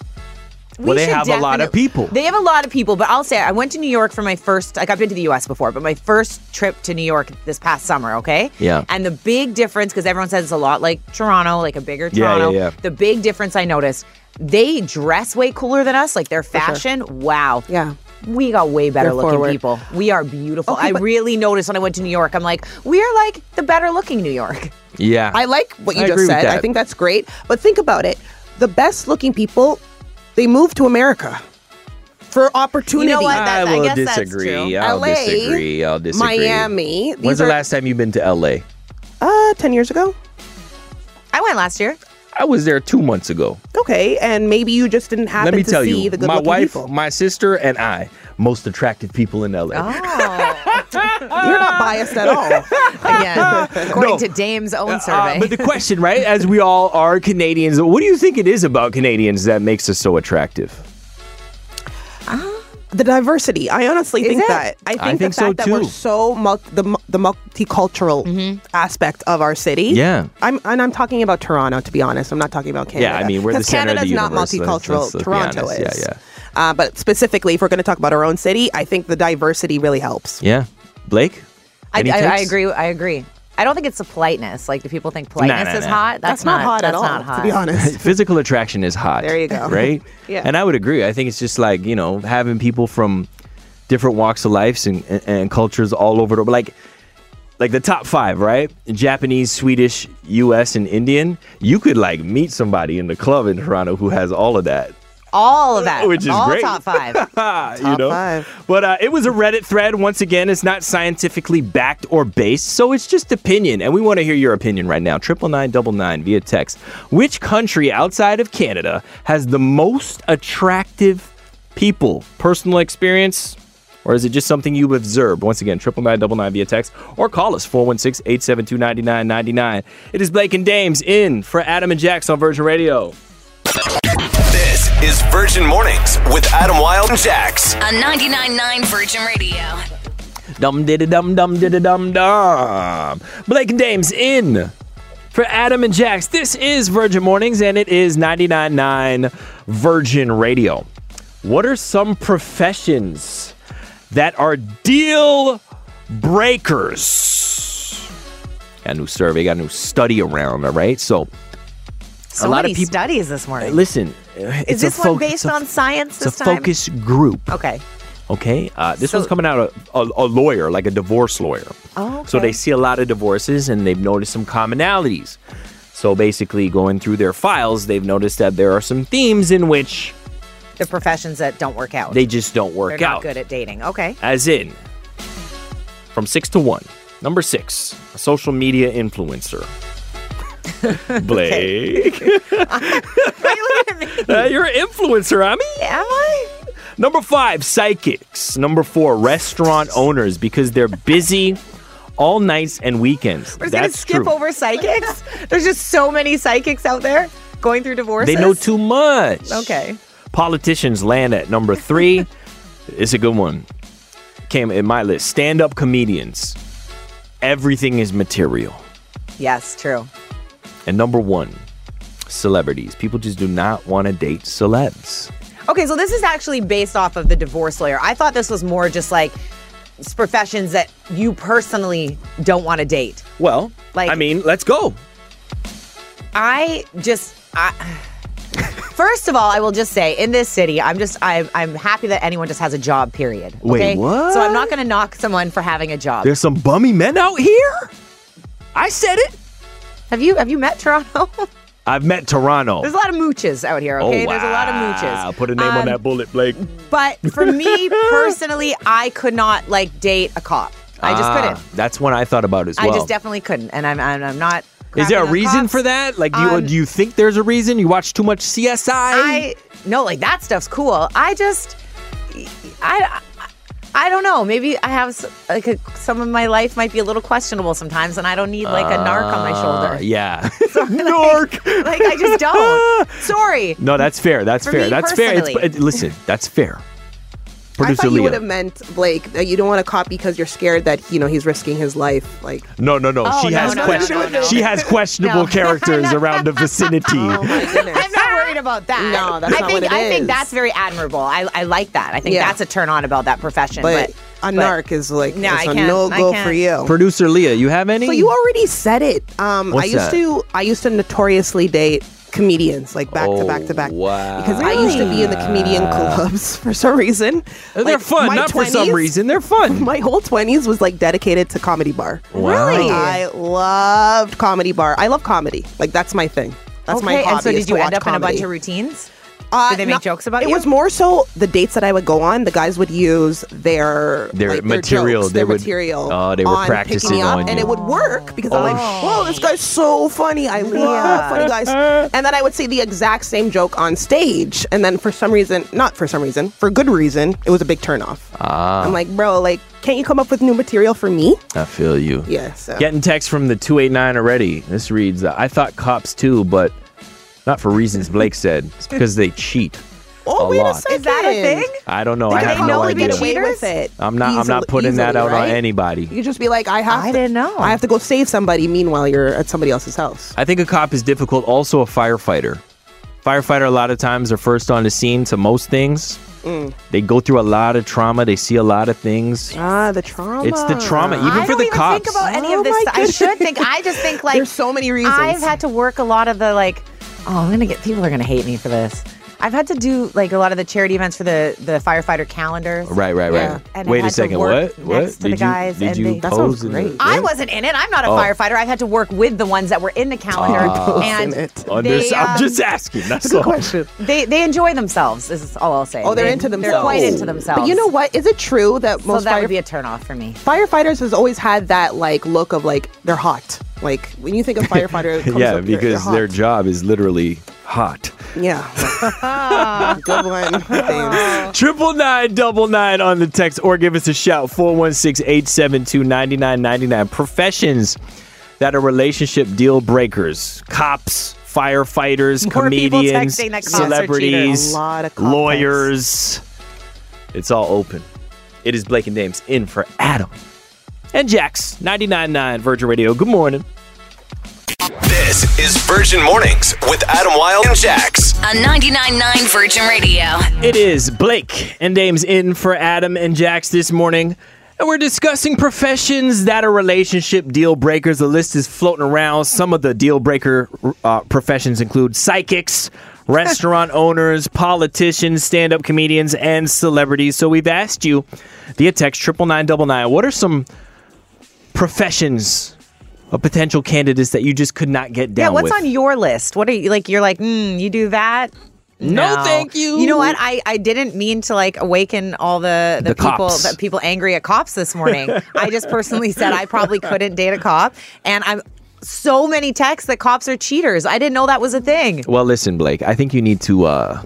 [SPEAKER 9] We
[SPEAKER 8] Well, they
[SPEAKER 9] should
[SPEAKER 8] have a lot of
[SPEAKER 9] definitely-
[SPEAKER 8] people.
[SPEAKER 9] They have a lot of people, but I'll say I went to New York for my first. Like I've been to the U.S. before, but my first trip to New York this past summer. Okay.
[SPEAKER 15] Yeah.
[SPEAKER 9] And the big difference, because everyone says it's a lot like Toronto, like a bigger
[SPEAKER 8] Yeah, yeah,
[SPEAKER 9] Toronto.
[SPEAKER 8] yeah.
[SPEAKER 9] The big difference I noticed, they dress way cooler than us. Like their fashion, wow.
[SPEAKER 10] Yeah.
[SPEAKER 9] We got way better
[SPEAKER 10] They're
[SPEAKER 9] looking
[SPEAKER 10] forward.
[SPEAKER 9] people. We are beautiful.
[SPEAKER 10] Okay,
[SPEAKER 9] I
[SPEAKER 10] but-
[SPEAKER 9] really noticed when I went to New York. I'm like, we are like the better looking New York.
[SPEAKER 15] Yeah.
[SPEAKER 10] I like what you
[SPEAKER 15] I agree
[SPEAKER 10] just
[SPEAKER 15] with
[SPEAKER 10] said. I
[SPEAKER 15] that.
[SPEAKER 10] think that's great. But think about it. The best looking people, they move to America for opportunity.
[SPEAKER 9] what?
[SPEAKER 10] Uh,
[SPEAKER 9] that- I
[SPEAKER 15] will
[SPEAKER 9] guess that's
[SPEAKER 15] disagree.
[SPEAKER 9] true.
[SPEAKER 15] I'll
[SPEAKER 10] LA,
[SPEAKER 15] disagree. I'll disagree.
[SPEAKER 10] Miami.
[SPEAKER 15] When's
[SPEAKER 10] These
[SPEAKER 15] the
[SPEAKER 10] are-
[SPEAKER 15] last time you've been to LA?
[SPEAKER 10] Uh, 10 years ago.
[SPEAKER 9] I went last year.
[SPEAKER 15] I was there two months ago.
[SPEAKER 10] Okay. And maybe you just didn't happen
[SPEAKER 15] Let me
[SPEAKER 10] to
[SPEAKER 15] tell
[SPEAKER 10] see
[SPEAKER 15] you,
[SPEAKER 10] the good
[SPEAKER 15] my
[SPEAKER 10] looking
[SPEAKER 15] wife,
[SPEAKER 10] people.
[SPEAKER 15] my sister, and I, most attractive people in
[SPEAKER 9] Oh,
[SPEAKER 15] LA.
[SPEAKER 10] Oh. You're not biased at all.
[SPEAKER 9] Again, according
[SPEAKER 8] No.
[SPEAKER 9] to Dame's own survey.
[SPEAKER 8] Uh, but the question, right, as we all are Canadians, what do you think it is about Canadians that makes us so attractive?
[SPEAKER 10] the diversity. I honestly think
[SPEAKER 9] it?
[SPEAKER 10] that. I think,
[SPEAKER 15] think
[SPEAKER 10] the
[SPEAKER 15] so,
[SPEAKER 10] fact that we're
[SPEAKER 15] too.
[SPEAKER 10] so mul- the mu- the multicultural
[SPEAKER 9] Mm-hmm.
[SPEAKER 10] aspect of our city.
[SPEAKER 15] Yeah.
[SPEAKER 10] I'm and I'm talking about Toronto to be honest. I'm not talking about Canada.
[SPEAKER 15] Yeah, I mean, we're the
[SPEAKER 10] 'Cause
[SPEAKER 15] center of the universe.
[SPEAKER 10] Canada's
[SPEAKER 15] Let's-
[SPEAKER 10] not multicultural.
[SPEAKER 15] let's- let's be
[SPEAKER 10] Toronto
[SPEAKER 15] honest.
[SPEAKER 10] is.
[SPEAKER 15] Yeah, yeah.
[SPEAKER 10] Uh, but specifically, if we're going to talk about our own city, I think the diversity really helps.
[SPEAKER 15] Yeah, Blake.
[SPEAKER 9] I,
[SPEAKER 15] Any
[SPEAKER 9] I, I
[SPEAKER 15] takes?
[SPEAKER 9] agree. I agree. I don't think it's the politeness. Like, do people think politeness
[SPEAKER 15] nah,
[SPEAKER 9] is
[SPEAKER 15] nah.
[SPEAKER 9] hot?
[SPEAKER 10] That's, not, hot
[SPEAKER 9] that's
[SPEAKER 10] at all.
[SPEAKER 9] Not hot.
[SPEAKER 10] To be honest,
[SPEAKER 15] Physical attraction is hot.
[SPEAKER 10] There you go.
[SPEAKER 15] Right?
[SPEAKER 10] Yeah.
[SPEAKER 15] And I would agree. I think it's just like, you know, having people from different walks of life and, and, and cultures all over the like like the top five, right? Japanese, Swedish, US, and Indian. You could like meet somebody in the club in Toronto who has all of that.
[SPEAKER 9] All of that,
[SPEAKER 8] Which is
[SPEAKER 9] all
[SPEAKER 8] great.
[SPEAKER 9] top five.
[SPEAKER 8] Ah, you know?
[SPEAKER 10] five.
[SPEAKER 8] But uh, it was a Reddit thread. Once again, it's not scientifically backed or based, so it's just opinion. And we want to hear your opinion right now. Triple nine double nine via text. Which country outside of Canada has the most attractive people? Personal experience? Or is it just something you observed? Once again, triple nine double nine via text or call us 416-872-9999. It is Blake and Dames in for Adam and Jax on Virgin Radio.
[SPEAKER 1] This is Virgin Mornings with Adam Wilde and Jax.
[SPEAKER 3] On 99.9 Virgin Radio.
[SPEAKER 8] Dum diddy dum dum diddy dum dum. Blake and Dames in for Adam and Jax. This is Virgin Mornings and it is 99.9 Virgin Radio. What are some professions that are deal breakers? Got a new survey, got a new study around, all right? So
[SPEAKER 9] So
[SPEAKER 8] lot of
[SPEAKER 9] many
[SPEAKER 8] people-
[SPEAKER 9] studies this morning.
[SPEAKER 8] listen, it's
[SPEAKER 9] is this
[SPEAKER 8] a fo-
[SPEAKER 9] one based
[SPEAKER 8] it's a-
[SPEAKER 9] on science
[SPEAKER 8] it's a
[SPEAKER 9] this time?
[SPEAKER 8] focus group.
[SPEAKER 9] Okay.
[SPEAKER 8] Okay, uh, this
[SPEAKER 9] So-
[SPEAKER 8] one's coming out a, a, a lawyer, like a divorce lawyer.
[SPEAKER 9] Oh,
[SPEAKER 8] So
[SPEAKER 9] okay.
[SPEAKER 8] they see a lot of divorces and they've noticed some commonalities. So basically, going through their files, they've noticed that there are some themes in which
[SPEAKER 9] The professions that don't work out.
[SPEAKER 8] they just don't
[SPEAKER 9] They're
[SPEAKER 8] work
[SPEAKER 9] not
[SPEAKER 8] out.
[SPEAKER 9] good at dating. Okay.
[SPEAKER 8] As in, from six to one. Number six, a social media influencer. Blake,
[SPEAKER 9] Why you looking at me?
[SPEAKER 8] uh, you're an influencer, I mean.
[SPEAKER 9] Am I?
[SPEAKER 8] Number five, psychics. Number four, restaurant owners because they're busy all nights and weekends.
[SPEAKER 9] We're just gonna
[SPEAKER 8] That's
[SPEAKER 9] skip
[SPEAKER 8] true.
[SPEAKER 9] over psychics. There's just so many psychics out there going through divorces.
[SPEAKER 8] they know too much.
[SPEAKER 9] Okay.
[SPEAKER 8] Politicians land at number three. it's a good one. Came in my list. Stand up comedians. Everything is material.
[SPEAKER 9] Yes, true.
[SPEAKER 8] And number one, celebrities. People just do not want to date celebs.
[SPEAKER 9] Okay, so this is actually based off of the divorce lawyer. I thought this was more just like s- professions that you personally don't want to date.
[SPEAKER 8] Well,
[SPEAKER 9] Like-
[SPEAKER 8] I mean, let's go.
[SPEAKER 9] I just I First of all, I will just say in this city, I'm just I'm I'm happy that anyone just has a job period.
[SPEAKER 8] Wait,
[SPEAKER 9] okay?
[SPEAKER 8] what?
[SPEAKER 9] So I'm not going to knock someone for having a job.
[SPEAKER 8] There's some bummy men out here. I said it.
[SPEAKER 9] have you have you met Toronto?
[SPEAKER 8] I've met Toronto.
[SPEAKER 9] There's a lot of mooches out here, okay? There's a lot of
[SPEAKER 8] Oh, wow.
[SPEAKER 9] mooches.
[SPEAKER 8] Put a name on
[SPEAKER 9] Um,
[SPEAKER 8] that bullet, Blake.
[SPEAKER 9] But for me personally, I could not like date a cop. I just
[SPEAKER 8] Ah,
[SPEAKER 9] couldn't.
[SPEAKER 8] That's one I thought about as well.
[SPEAKER 9] I just definitely couldn't, and I'm I'm, I'm not.
[SPEAKER 8] Is there
[SPEAKER 9] crapping
[SPEAKER 8] a
[SPEAKER 9] on
[SPEAKER 8] reason
[SPEAKER 9] cops.
[SPEAKER 8] for that? Like, do you,
[SPEAKER 9] Um,
[SPEAKER 8] do you think there's a reason? You watch too much CSI?
[SPEAKER 9] I no, like that stuff's cool. I just I. I I don't know. Maybe I have s- like a, some of my life might be a little questionable sometimes, and I don't need like a narc on my
[SPEAKER 8] Uh,
[SPEAKER 9] shoulder.
[SPEAKER 8] yeah. Narc.
[SPEAKER 9] Like I just don't. Sorry.
[SPEAKER 8] No, that's fair. That's
[SPEAKER 9] For
[SPEAKER 8] fair.
[SPEAKER 9] me
[SPEAKER 8] That's fair. It's,
[SPEAKER 9] personally.
[SPEAKER 8] uh, listen, that's fair.
[SPEAKER 10] I
[SPEAKER 8] Producer
[SPEAKER 10] thought you would have
[SPEAKER 8] Leah.
[SPEAKER 10] meant Blake that you don't want to cop because you're scared that you know he's risking his life. Like
[SPEAKER 8] No, no, no.
[SPEAKER 9] Oh,
[SPEAKER 8] she
[SPEAKER 9] no,
[SPEAKER 8] has
[SPEAKER 9] no,
[SPEAKER 8] question-
[SPEAKER 9] no, no, no.
[SPEAKER 8] she has questionable
[SPEAKER 9] No.
[SPEAKER 8] characters around the vicinity.
[SPEAKER 10] oh my goodness.
[SPEAKER 9] I'm not worried about that.
[SPEAKER 10] No, that's
[SPEAKER 9] I
[SPEAKER 10] not
[SPEAKER 9] think
[SPEAKER 10] what it
[SPEAKER 9] I think
[SPEAKER 10] is.
[SPEAKER 9] that's very admirable. I, I like that. I think
[SPEAKER 10] Yeah.
[SPEAKER 9] that's a turn on about that profession.
[SPEAKER 10] but,
[SPEAKER 9] But,
[SPEAKER 10] a narc is like
[SPEAKER 9] No,
[SPEAKER 10] it's
[SPEAKER 9] I
[SPEAKER 10] a
[SPEAKER 9] can't-
[SPEAKER 10] no
[SPEAKER 9] I
[SPEAKER 10] go
[SPEAKER 9] can't.
[SPEAKER 10] for you.
[SPEAKER 8] Producer Leah, you have any?
[SPEAKER 10] So you already said it. Um,
[SPEAKER 8] What's
[SPEAKER 10] I used
[SPEAKER 8] that?
[SPEAKER 10] to I used to notoriously date comedians like back to back
[SPEAKER 8] Oh,
[SPEAKER 10] to back
[SPEAKER 8] wow.
[SPEAKER 10] because I used to be in the comedian clubs for some reason.
[SPEAKER 8] They're
[SPEAKER 10] Like,
[SPEAKER 8] fun,
[SPEAKER 10] my
[SPEAKER 8] not for some
[SPEAKER 10] 20s
[SPEAKER 8] reason. They're fun.
[SPEAKER 10] My whole twenties was like dedicated to comedy bar.
[SPEAKER 8] Wow. Really?
[SPEAKER 10] Like, I loved comedy bar. I love comedy. Like that's my thing. That's
[SPEAKER 9] okay.
[SPEAKER 10] my hobby.
[SPEAKER 9] and so
[SPEAKER 10] is
[SPEAKER 9] did
[SPEAKER 10] to
[SPEAKER 9] you end
[SPEAKER 10] watch
[SPEAKER 9] up in a bunch
[SPEAKER 10] comedy.
[SPEAKER 9] of routines?
[SPEAKER 10] Uh,
[SPEAKER 9] Did they make jokes about
[SPEAKER 10] it
[SPEAKER 9] you?
[SPEAKER 10] was more so the dates that I would go on. The guys would use their
[SPEAKER 8] Their
[SPEAKER 10] like,
[SPEAKER 8] material,
[SPEAKER 10] jokes,
[SPEAKER 8] they
[SPEAKER 10] their
[SPEAKER 8] would-
[SPEAKER 10] material.
[SPEAKER 8] Oh, they were
[SPEAKER 10] on Pick Me
[SPEAKER 8] practicing
[SPEAKER 10] Up,
[SPEAKER 8] on
[SPEAKER 10] and
[SPEAKER 8] you. Oh.
[SPEAKER 10] it would work because I'm like, whoa, this guy's so funny. I love funny guys. And then I would say the exact same joke on stage, and then for some reason, not for some reason, for good reason, it was a big turnoff. Ah. I'm like, bro, like, can't you come up with new material for me?
[SPEAKER 8] I feel you.
[SPEAKER 10] Yeah. So.
[SPEAKER 8] Getting text from the 289 already. This reads I thought cops too, but not for reasons Blake said. It's because they cheat.
[SPEAKER 10] oh,
[SPEAKER 8] a
[SPEAKER 10] wait
[SPEAKER 8] lot.
[SPEAKER 10] a second.
[SPEAKER 9] Is that a thing?
[SPEAKER 8] I don't know. I
[SPEAKER 10] They
[SPEAKER 8] have
[SPEAKER 10] could
[SPEAKER 8] no
[SPEAKER 10] probably get
[SPEAKER 8] idea.
[SPEAKER 10] away with it.
[SPEAKER 8] I'm not I'm not
[SPEAKER 10] easily-
[SPEAKER 8] putting that out
[SPEAKER 10] easily,
[SPEAKER 8] on
[SPEAKER 10] right?
[SPEAKER 8] anybody.
[SPEAKER 10] You just be like, I have.
[SPEAKER 9] I
[SPEAKER 10] to,
[SPEAKER 9] didn't know.
[SPEAKER 10] I have to go save somebody. Meanwhile, you're at somebody else's house.
[SPEAKER 8] I think a cop is difficult, also a firefighter. Firefighter a lot of times are first on the scene to most things.
[SPEAKER 9] Mm.
[SPEAKER 8] They go through a lot of trauma, they see a lot of things.
[SPEAKER 10] Ah, the trauma.
[SPEAKER 8] It's the trauma, even
[SPEAKER 9] I
[SPEAKER 8] for
[SPEAKER 9] don't
[SPEAKER 8] the
[SPEAKER 9] even
[SPEAKER 8] cops.
[SPEAKER 9] think about any
[SPEAKER 10] Oh
[SPEAKER 9] of this.
[SPEAKER 10] my
[SPEAKER 9] stuff. I should think. I just think like
[SPEAKER 10] There's so many reasons.
[SPEAKER 9] I've had to work a lot of the like. Oh, I'm gonna get people are gonna hate me for this. I've had to do like a lot of the charity events for the the firefighter calendars.
[SPEAKER 8] Right, right, right.
[SPEAKER 10] Yeah.
[SPEAKER 9] And I
[SPEAKER 8] Wait
[SPEAKER 9] had
[SPEAKER 8] a
[SPEAKER 9] to
[SPEAKER 8] second.
[SPEAKER 9] work
[SPEAKER 8] What? What?
[SPEAKER 9] next to the guys
[SPEAKER 8] you, did
[SPEAKER 9] and
[SPEAKER 8] you
[SPEAKER 9] they- That
[SPEAKER 10] sounds
[SPEAKER 8] pose in
[SPEAKER 10] great.
[SPEAKER 8] the-
[SPEAKER 9] I
[SPEAKER 8] what?
[SPEAKER 9] wasn't in it. I'm
[SPEAKER 8] Oh.
[SPEAKER 9] not a firefighter. I've had to work with the ones that were in the calendar, and
[SPEAKER 10] in it.
[SPEAKER 8] Under-
[SPEAKER 9] they, um,
[SPEAKER 8] Oh, I'm just asking. That's all.
[SPEAKER 10] question.
[SPEAKER 9] they they enjoy themselves. Is all I'll say.
[SPEAKER 10] Oh, they're
[SPEAKER 9] They-
[SPEAKER 10] into themselves.
[SPEAKER 9] They're quite into themselves.
[SPEAKER 10] But you know what? Is it true that
[SPEAKER 9] So
[SPEAKER 10] most
[SPEAKER 9] that
[SPEAKER 10] fire-
[SPEAKER 9] would be a turnoff for me.
[SPEAKER 10] firefighters has always had that like look of like they're hot. Like when you think of firefighter, it comes
[SPEAKER 8] Yeah,
[SPEAKER 10] up, they're- they're
[SPEAKER 8] because
[SPEAKER 10] hot.
[SPEAKER 8] their job is literally hot.
[SPEAKER 10] yeah. Good one. Thanks.
[SPEAKER 8] Triple nine double nine on the text or give us a shout 416-872-9999. Professions that are relationship deal breakers. Cops, firefighters,
[SPEAKER 9] More people
[SPEAKER 8] comedians,
[SPEAKER 9] texting that cops are
[SPEAKER 8] celebrities,
[SPEAKER 10] cheaters. A lot of cop
[SPEAKER 8] lawyers. It's all open. It is Blake and Dames in for Adam. And Jax, 99.9 Virgin Radio. Good morning.
[SPEAKER 1] This is Virgin Mornings with Adam Wilde and Jax.
[SPEAKER 3] On 99.9 Virgin Radio.
[SPEAKER 8] It is Blake and Dame's in for Adam and Jax this morning. And we're discussing professions that are relationship deal breakers. The list is floating around. Some of the deal breaker uh, professions include psychics, restaurant owners, politicians, stand up comedians, and celebrities. So we've asked you via text triple nine double nine. What are some professions of potential candidates that you just could not get down
[SPEAKER 9] Yeah, what's
[SPEAKER 8] with?
[SPEAKER 9] on your list? What are you like? You're like, mm, you do that?
[SPEAKER 8] No, thank you.
[SPEAKER 9] You know what? I, I didn't mean to like awaken all the the,
[SPEAKER 8] The
[SPEAKER 9] people
[SPEAKER 8] cops.
[SPEAKER 9] the people angry at cops this morning. I just personally said I probably couldn't date a cop, and I'm so many texts that cops are cheaters. I didn't know that was a thing.
[SPEAKER 8] Well, listen, Blake, I think you need to uh,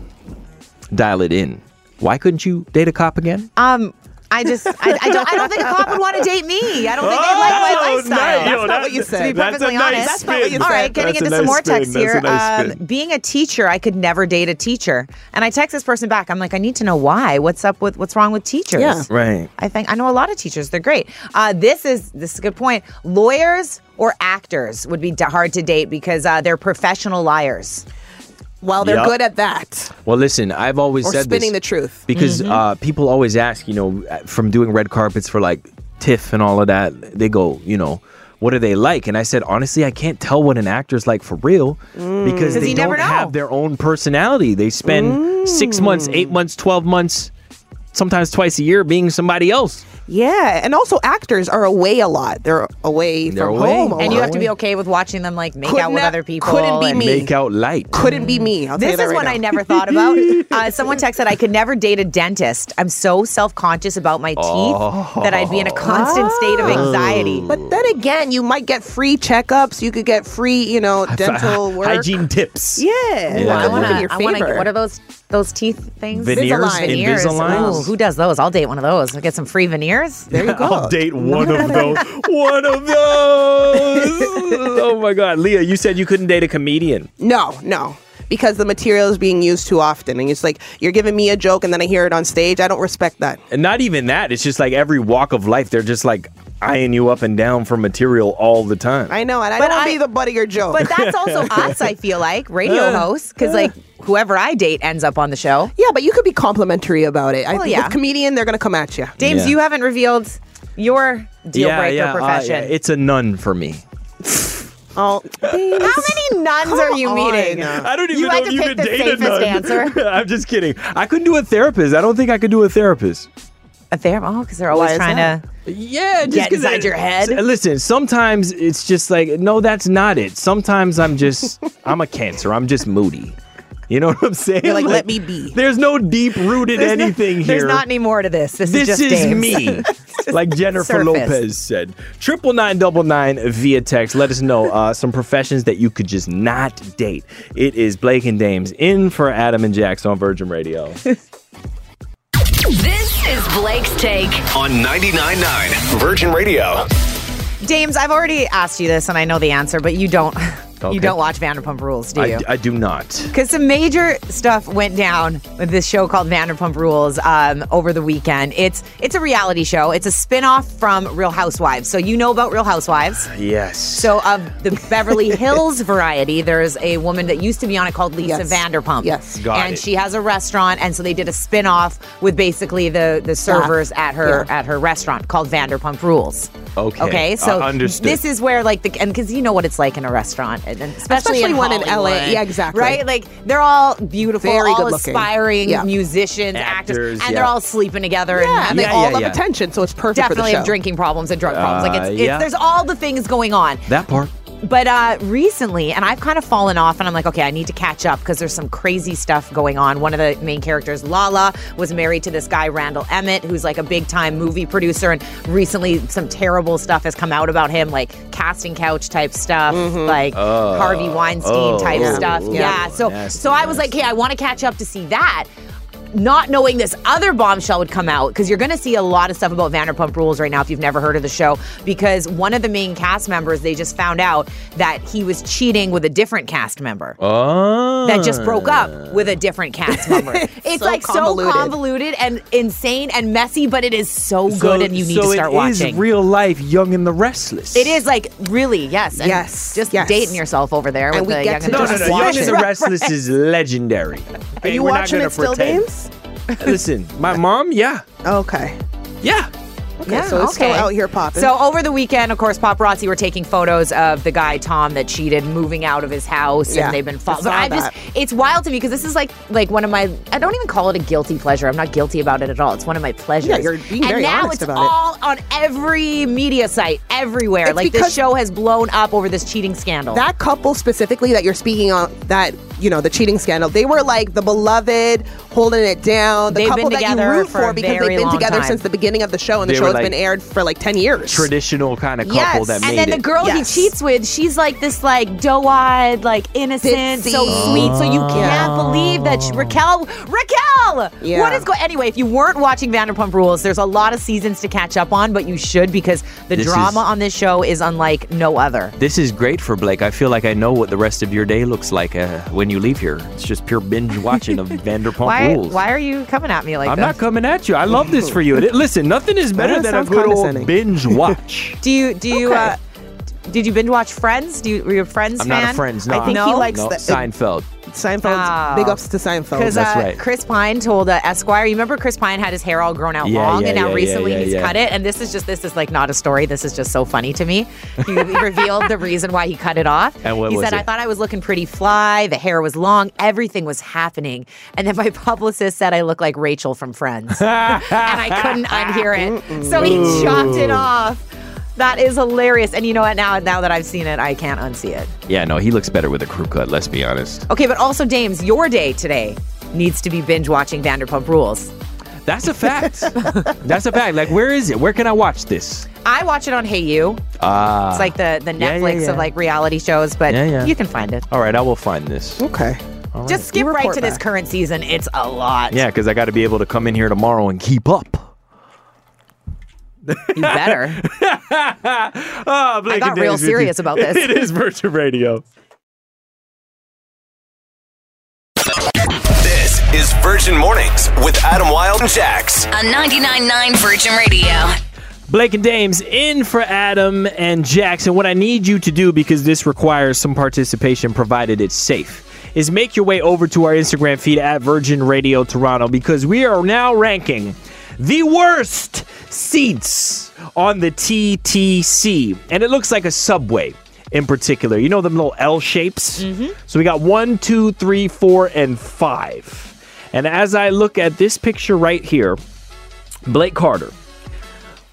[SPEAKER 8] dial it in. Why couldn't you date a cop again?
[SPEAKER 9] Um, I just I, I don't I don't think a cop would want to date me. I don't think they'd like
[SPEAKER 8] Oh,
[SPEAKER 9] my lifestyle.
[SPEAKER 10] That's not what you
[SPEAKER 9] to be
[SPEAKER 10] said.
[SPEAKER 8] that's a
[SPEAKER 9] perfectly
[SPEAKER 8] nice
[SPEAKER 9] honest.
[SPEAKER 8] That's not what you
[SPEAKER 9] All
[SPEAKER 8] said.
[SPEAKER 9] right, getting
[SPEAKER 8] That's a
[SPEAKER 9] into
[SPEAKER 8] nice
[SPEAKER 9] some more
[SPEAKER 8] spin.
[SPEAKER 9] texts
[SPEAKER 8] That's a
[SPEAKER 9] here.
[SPEAKER 8] nice
[SPEAKER 9] um,
[SPEAKER 8] spin.
[SPEAKER 9] being a teacher, I could never date a teacher, and I text this person back. I'm like, I need to know why. What's up with what's wrong with teachers?
[SPEAKER 10] Yeah.
[SPEAKER 8] Right.
[SPEAKER 9] I think I know a lot of teachers. They're great. Uh, this is this is a good point. Lawyers or actors would be d- hard to date because uh, they're professional liars.
[SPEAKER 10] Well, they're
[SPEAKER 8] Yup.
[SPEAKER 10] good at that.
[SPEAKER 8] Well, listen, I've always
[SPEAKER 10] Or
[SPEAKER 8] said
[SPEAKER 10] spinning
[SPEAKER 8] this
[SPEAKER 10] the truth.
[SPEAKER 8] because uh, people always ask, you know, from doing red carpets for like TIFF and all of that, they go, you know, what are they like? And I said, honestly, I can't tell what an actor's like for real
[SPEAKER 10] Mm.
[SPEAKER 8] because they
[SPEAKER 9] you
[SPEAKER 8] don't
[SPEAKER 9] never know.
[SPEAKER 8] have their own personality. They
[SPEAKER 10] Mm.
[SPEAKER 8] spend six months, eight months, twelve months, sometimes twice a year being somebody else.
[SPEAKER 10] Yeah, and also actors are away a lot. They're away
[SPEAKER 15] They're
[SPEAKER 10] from
[SPEAKER 15] away.
[SPEAKER 10] home, a
[SPEAKER 9] and you
[SPEAKER 10] lot.
[SPEAKER 9] have to be okay with watching them like make
[SPEAKER 10] Could
[SPEAKER 9] out with
[SPEAKER 10] not-
[SPEAKER 9] other people.
[SPEAKER 10] couldn't be
[SPEAKER 9] and-
[SPEAKER 10] me.
[SPEAKER 15] Make out light.
[SPEAKER 10] Couldn't be me. I'll tell you
[SPEAKER 9] This
[SPEAKER 10] that
[SPEAKER 9] is
[SPEAKER 10] right
[SPEAKER 9] one
[SPEAKER 10] now.
[SPEAKER 9] I never thought about. Uh, someone texted, I could never date a dentist. I'm so self conscious about my teeth that I'd be in a constant state of anxiety.
[SPEAKER 10] But then again, you might get free checkups. You could get free, you know, dental work.
[SPEAKER 15] Hygiene tips.
[SPEAKER 10] Yeah,
[SPEAKER 15] Ooh, I
[SPEAKER 10] I want
[SPEAKER 15] wanna-
[SPEAKER 10] to.
[SPEAKER 9] I wanna get- what are those those teeth things?
[SPEAKER 15] Veneers,
[SPEAKER 10] Invisalign.
[SPEAKER 15] Invisalign.
[SPEAKER 9] Ooh, who does those? I'll date one of those. I'll get some free veneers.
[SPEAKER 10] There you go.
[SPEAKER 15] I'll date one of those. one of those.
[SPEAKER 8] oh my God, Leah, you said you couldn't date a comedian.
[SPEAKER 10] No, no. Because the material is being used too often, and it's like you're giving me a joke, and then I hear it on stage. I don't respect that.
[SPEAKER 8] And not even that. It's just like every walk of life, they're just like eyeing you up and down for material all the time.
[SPEAKER 10] I know, and I
[SPEAKER 9] But
[SPEAKER 10] don't want
[SPEAKER 9] I-
[SPEAKER 10] to be the butt of your joke.
[SPEAKER 9] But that's also us, I feel like, radio hosts, because like whoever I date ends up on the show.
[SPEAKER 10] yeah, but you could be complimentary about it. I,
[SPEAKER 9] Well,
[SPEAKER 10] with
[SPEAKER 9] yeah.
[SPEAKER 10] comedian, they're gonna come at you.
[SPEAKER 9] James,
[SPEAKER 8] Yeah.
[SPEAKER 9] you haven't revealed your deal breaker
[SPEAKER 8] uh,
[SPEAKER 9] profession.
[SPEAKER 8] yeah, it's a nun for me.
[SPEAKER 10] Oh,
[SPEAKER 9] How many nuns are you
[SPEAKER 10] on.
[SPEAKER 9] meeting?
[SPEAKER 8] I don't even
[SPEAKER 9] You
[SPEAKER 8] know
[SPEAKER 9] had
[SPEAKER 8] if
[SPEAKER 9] to
[SPEAKER 8] you
[SPEAKER 9] pick
[SPEAKER 8] could
[SPEAKER 9] the
[SPEAKER 8] date a
[SPEAKER 9] safest
[SPEAKER 8] nun.
[SPEAKER 9] answer.
[SPEAKER 8] I'm just kidding. I couldn't do a therapist. I don't think I could do a therapist.
[SPEAKER 9] A therapist? Oh, because they're always
[SPEAKER 10] is
[SPEAKER 9] trying
[SPEAKER 10] that?
[SPEAKER 9] to.
[SPEAKER 8] Yeah, just
[SPEAKER 9] Get
[SPEAKER 8] 'cause
[SPEAKER 9] inside
[SPEAKER 8] I-
[SPEAKER 9] your head.
[SPEAKER 8] S- Listen, sometimes it's just like, no, that's not it. Sometimes I'm just, I'm a cancer. I'm just moody. You know what I'm saying?
[SPEAKER 10] You're like, "Let me be."
[SPEAKER 8] There's no deep rooted
[SPEAKER 9] There's no-
[SPEAKER 8] anything here.
[SPEAKER 9] There's not any more to this. This,
[SPEAKER 8] This
[SPEAKER 9] is just
[SPEAKER 8] is
[SPEAKER 9] Dave's.
[SPEAKER 8] me, like Jennifer
[SPEAKER 9] surface.
[SPEAKER 8] Lopez said. Triple nine double nine via text. Let us know uh, some professions that you could just not date. It is Blake and Dames in for Adam and Jax on Virgin Radio.
[SPEAKER 3] This is Blake's Take.
[SPEAKER 1] On 99.9 Virgin Radio.
[SPEAKER 9] James, I've already asked you this, and I know the answer, but you don't.
[SPEAKER 8] Okay.
[SPEAKER 9] You don't watch Vanderpump Rules, do you?
[SPEAKER 8] I, I do not.
[SPEAKER 9] Because some major stuff went down with this show called Vanderpump Rules um, over the weekend. It's it's a reality show. It's a spin-off from Real Housewives. So you know about Real Housewives.
[SPEAKER 8] Yes.
[SPEAKER 9] So of the Beverly Hills variety, there's a woman that used to be on it called Lisa
[SPEAKER 10] Yes.
[SPEAKER 9] Vanderpump.
[SPEAKER 10] Yes.
[SPEAKER 8] Got
[SPEAKER 9] and
[SPEAKER 8] it.
[SPEAKER 9] she has a restaurant, and so they did a spin-off with basically the the servers at her at her restaurant called Vanderpump Rules.
[SPEAKER 8] Okay.
[SPEAKER 9] Okay, so
[SPEAKER 8] I understood.
[SPEAKER 9] this is where like the and because you know what it's like in a restaurant, and, and especially,
[SPEAKER 10] Especially one in LA.
[SPEAKER 9] Hollywood,
[SPEAKER 10] Yeah, exactly.
[SPEAKER 9] Right, like they're all beautiful,
[SPEAKER 10] Very
[SPEAKER 9] all
[SPEAKER 10] good-looking.
[SPEAKER 9] aspiring
[SPEAKER 10] Yeah.
[SPEAKER 9] musicians, actors,
[SPEAKER 8] Actors,
[SPEAKER 9] and they're
[SPEAKER 8] yeah.
[SPEAKER 9] all sleeping together.
[SPEAKER 10] yeah, and
[SPEAKER 9] and
[SPEAKER 10] they
[SPEAKER 8] Yeah,
[SPEAKER 10] all
[SPEAKER 8] yeah,
[SPEAKER 10] love
[SPEAKER 8] yeah.
[SPEAKER 10] attention, so it's perfect for
[SPEAKER 9] definitely
[SPEAKER 10] the show.
[SPEAKER 9] have drinking problems and drug problems. Like it's,
[SPEAKER 8] Uh,
[SPEAKER 9] it's
[SPEAKER 8] yeah.
[SPEAKER 9] there's all the things going on.
[SPEAKER 8] that part.
[SPEAKER 9] But uh, recently, and I've kind of fallen off, and I'm like, okay, I need to catch up because there's some crazy stuff going on. One of the main characters, Lala, was married to this guy, Randall Emmett, who's like a big time movie producer. And recently, some terrible stuff has come out about him, like casting couch type stuff, like Harvey Weinstein type
[SPEAKER 10] oh,
[SPEAKER 9] stuff.
[SPEAKER 10] ooh,
[SPEAKER 9] yeah. So,
[SPEAKER 8] nasty,
[SPEAKER 9] so I was like, hey, I want to catch up to see that not knowing this other bombshell would come out because you're going to see a lot of stuff about Vanderpump Rules right now if you've never heard of the show because one of the main cast members they just found out that he was cheating with a different cast member
[SPEAKER 8] Oh.
[SPEAKER 9] that just broke up with a different cast member. it's
[SPEAKER 10] So
[SPEAKER 9] like
[SPEAKER 10] convoluted.
[SPEAKER 9] so convoluted and insane and messy, but it is so, good and you need
[SPEAKER 8] Ah. so
[SPEAKER 9] to start
[SPEAKER 8] It is
[SPEAKER 9] watching.
[SPEAKER 8] real life, Young and the Restless.
[SPEAKER 9] it is like really yes, and
[SPEAKER 10] Yes,
[SPEAKER 9] Just
[SPEAKER 10] yes.
[SPEAKER 9] dating yourself over there
[SPEAKER 10] And
[SPEAKER 9] with
[SPEAKER 10] we
[SPEAKER 9] the
[SPEAKER 10] get
[SPEAKER 9] young
[SPEAKER 10] to
[SPEAKER 9] and
[SPEAKER 8] No,
[SPEAKER 9] the
[SPEAKER 8] no, no.
[SPEAKER 10] Just
[SPEAKER 8] Young
[SPEAKER 10] watch
[SPEAKER 8] and
[SPEAKER 10] it.
[SPEAKER 8] the Restless is legendary.
[SPEAKER 10] Are you
[SPEAKER 8] we're not
[SPEAKER 10] watching
[SPEAKER 8] gonna
[SPEAKER 10] it still,
[SPEAKER 8] pretend.
[SPEAKER 10] James?
[SPEAKER 8] Listen, my mom. Yeah,
[SPEAKER 10] Okay.
[SPEAKER 8] yeah.
[SPEAKER 10] Okay, so it's still out here popping.
[SPEAKER 9] So over the weekend, of course, paparazzi were taking photos of the guy Tom that cheated, moving out of his house,
[SPEAKER 10] Yeah,
[SPEAKER 9] and they've been
[SPEAKER 10] I
[SPEAKER 9] following.
[SPEAKER 10] saw
[SPEAKER 9] I just,
[SPEAKER 10] that.
[SPEAKER 9] it's wild to me because this is like, like one of my. I don't even call it a guilty pleasure. I'm not guilty about it at all. It's one of my pleasures.
[SPEAKER 10] Yeah, you're being
[SPEAKER 9] and
[SPEAKER 10] very
[SPEAKER 9] now
[SPEAKER 10] honest
[SPEAKER 9] it's
[SPEAKER 10] about it.
[SPEAKER 9] all on every media site, everywhere.
[SPEAKER 10] It's
[SPEAKER 9] like
[SPEAKER 10] because-
[SPEAKER 9] this show has blown up over this cheating scandal.
[SPEAKER 10] that couple specifically that you're speaking on that you know the cheating scandal they were like the beloved holding it down the
[SPEAKER 9] They've
[SPEAKER 10] couple
[SPEAKER 9] been
[SPEAKER 10] that you
[SPEAKER 9] together
[SPEAKER 10] root
[SPEAKER 9] for
[SPEAKER 10] for
[SPEAKER 9] a
[SPEAKER 10] because
[SPEAKER 9] very
[SPEAKER 10] they've been
[SPEAKER 9] long
[SPEAKER 10] together
[SPEAKER 9] time.
[SPEAKER 10] since the beginning of the show and the
[SPEAKER 8] They
[SPEAKER 10] show
[SPEAKER 8] were
[SPEAKER 10] has
[SPEAKER 8] like
[SPEAKER 10] been aired for like 10 years
[SPEAKER 8] Traditional kind of couple
[SPEAKER 10] Yes, and
[SPEAKER 8] that made
[SPEAKER 9] and then the
[SPEAKER 8] it.
[SPEAKER 9] girl
[SPEAKER 10] Yes.
[SPEAKER 9] he cheats with, she's like this like doe-eyed, like innocent, so
[SPEAKER 10] Ditzy.
[SPEAKER 9] sweet. So
[SPEAKER 8] Oh.
[SPEAKER 9] you can't believe that she, Raquel, Raquel,
[SPEAKER 10] Yeah.
[SPEAKER 9] what is going? Anyway, if you weren't watching Vanderpump Rules, there's a lot of seasons to catch up on, but you should because the
[SPEAKER 8] This
[SPEAKER 9] drama
[SPEAKER 8] is-
[SPEAKER 9] on this show is unlike no other.
[SPEAKER 8] This is great for Blake. I feel like I know what the rest of your day looks like uh, when you leave here. It's just pure binge watching of Vanderpump
[SPEAKER 9] Why?
[SPEAKER 8] Rules.
[SPEAKER 9] Why are you coming at me like
[SPEAKER 8] I'm
[SPEAKER 9] this?
[SPEAKER 8] not coming at you. I love this for you. It- Listen, nothing is better
[SPEAKER 10] That
[SPEAKER 8] than a
[SPEAKER 10] sounds
[SPEAKER 8] good old
[SPEAKER 10] condescending.
[SPEAKER 8] binge watch.
[SPEAKER 9] do you do you? Uh, Did you binge watch Friends? Do you were you a Friends
[SPEAKER 8] I'm
[SPEAKER 9] fan?
[SPEAKER 8] not a Friends. No,
[SPEAKER 10] I think
[SPEAKER 8] I'm-
[SPEAKER 10] he likes
[SPEAKER 8] no,
[SPEAKER 10] the-
[SPEAKER 8] Seinfeld.
[SPEAKER 10] Seinfeld.
[SPEAKER 9] Oh.
[SPEAKER 10] Big ups to Seinfeld.
[SPEAKER 9] Because
[SPEAKER 8] That's
[SPEAKER 9] uh,
[SPEAKER 8] right.
[SPEAKER 9] Chris Pine told uh, Esquire, you remember Chris Pine had his hair all grown out
[SPEAKER 8] Yeah,
[SPEAKER 9] long,
[SPEAKER 8] yeah,
[SPEAKER 9] and now
[SPEAKER 8] yeah, yeah,
[SPEAKER 9] recently
[SPEAKER 8] yeah,
[SPEAKER 9] he's
[SPEAKER 8] yeah.
[SPEAKER 9] cut it. And this is just this is like not a story. This is just so funny to me. He revealed the reason why he cut it off.
[SPEAKER 8] And what
[SPEAKER 9] he
[SPEAKER 8] was
[SPEAKER 9] said,
[SPEAKER 8] it?
[SPEAKER 9] "I thought I was looking pretty fly. The hair was long. Everything was happening. And then my publicist said I look like Rachel from Friends, and I couldn't unhear it. So he chopped it off. That is hilarious. And you know what? Now now that I've seen it, I can't unsee it.
[SPEAKER 8] Yeah, no, he looks better with a crew cut. Let's be honest.
[SPEAKER 9] Okay, but also, Dames, your day today needs to be binge watching Vanderpump Rules.
[SPEAKER 8] That's a fact. That's a fact. Like, where is it? Where can I watch this?
[SPEAKER 9] I watch it on Hey You.
[SPEAKER 8] Ah.
[SPEAKER 9] It's like the, the
[SPEAKER 8] Yeah, yeah,
[SPEAKER 9] Netflix
[SPEAKER 8] yeah.
[SPEAKER 9] of like reality shows, but
[SPEAKER 8] Yeah, yeah.
[SPEAKER 9] you can find it.
[SPEAKER 8] All right, I will find this.
[SPEAKER 10] okay.
[SPEAKER 9] Just skip
[SPEAKER 10] You
[SPEAKER 9] right
[SPEAKER 10] report
[SPEAKER 9] to this
[SPEAKER 10] back.
[SPEAKER 9] current season. It's a lot.
[SPEAKER 8] Yeah, because I got to be able to come in here tomorrow and keep up.
[SPEAKER 9] You better.
[SPEAKER 8] Oh, Blake
[SPEAKER 9] I got real serious about this.
[SPEAKER 8] is Virgin Radio.
[SPEAKER 1] This is Virgin Mornings with Adam Wilde and Jax.
[SPEAKER 3] On 99.9 Virgin Radio.
[SPEAKER 8] Blake and Dames in for Adam and Jackson. What I need you to do, because this requires some participation, provided it's safe, is make your way over to our Instagram feed at Virgin Radio Toronto because we are now ranking the worst seats on the TTC. And it looks like a subway in particular. You know them little L shapes? So we got one, two, three, four, and five. And as I look at this picture right here, Blake Carter.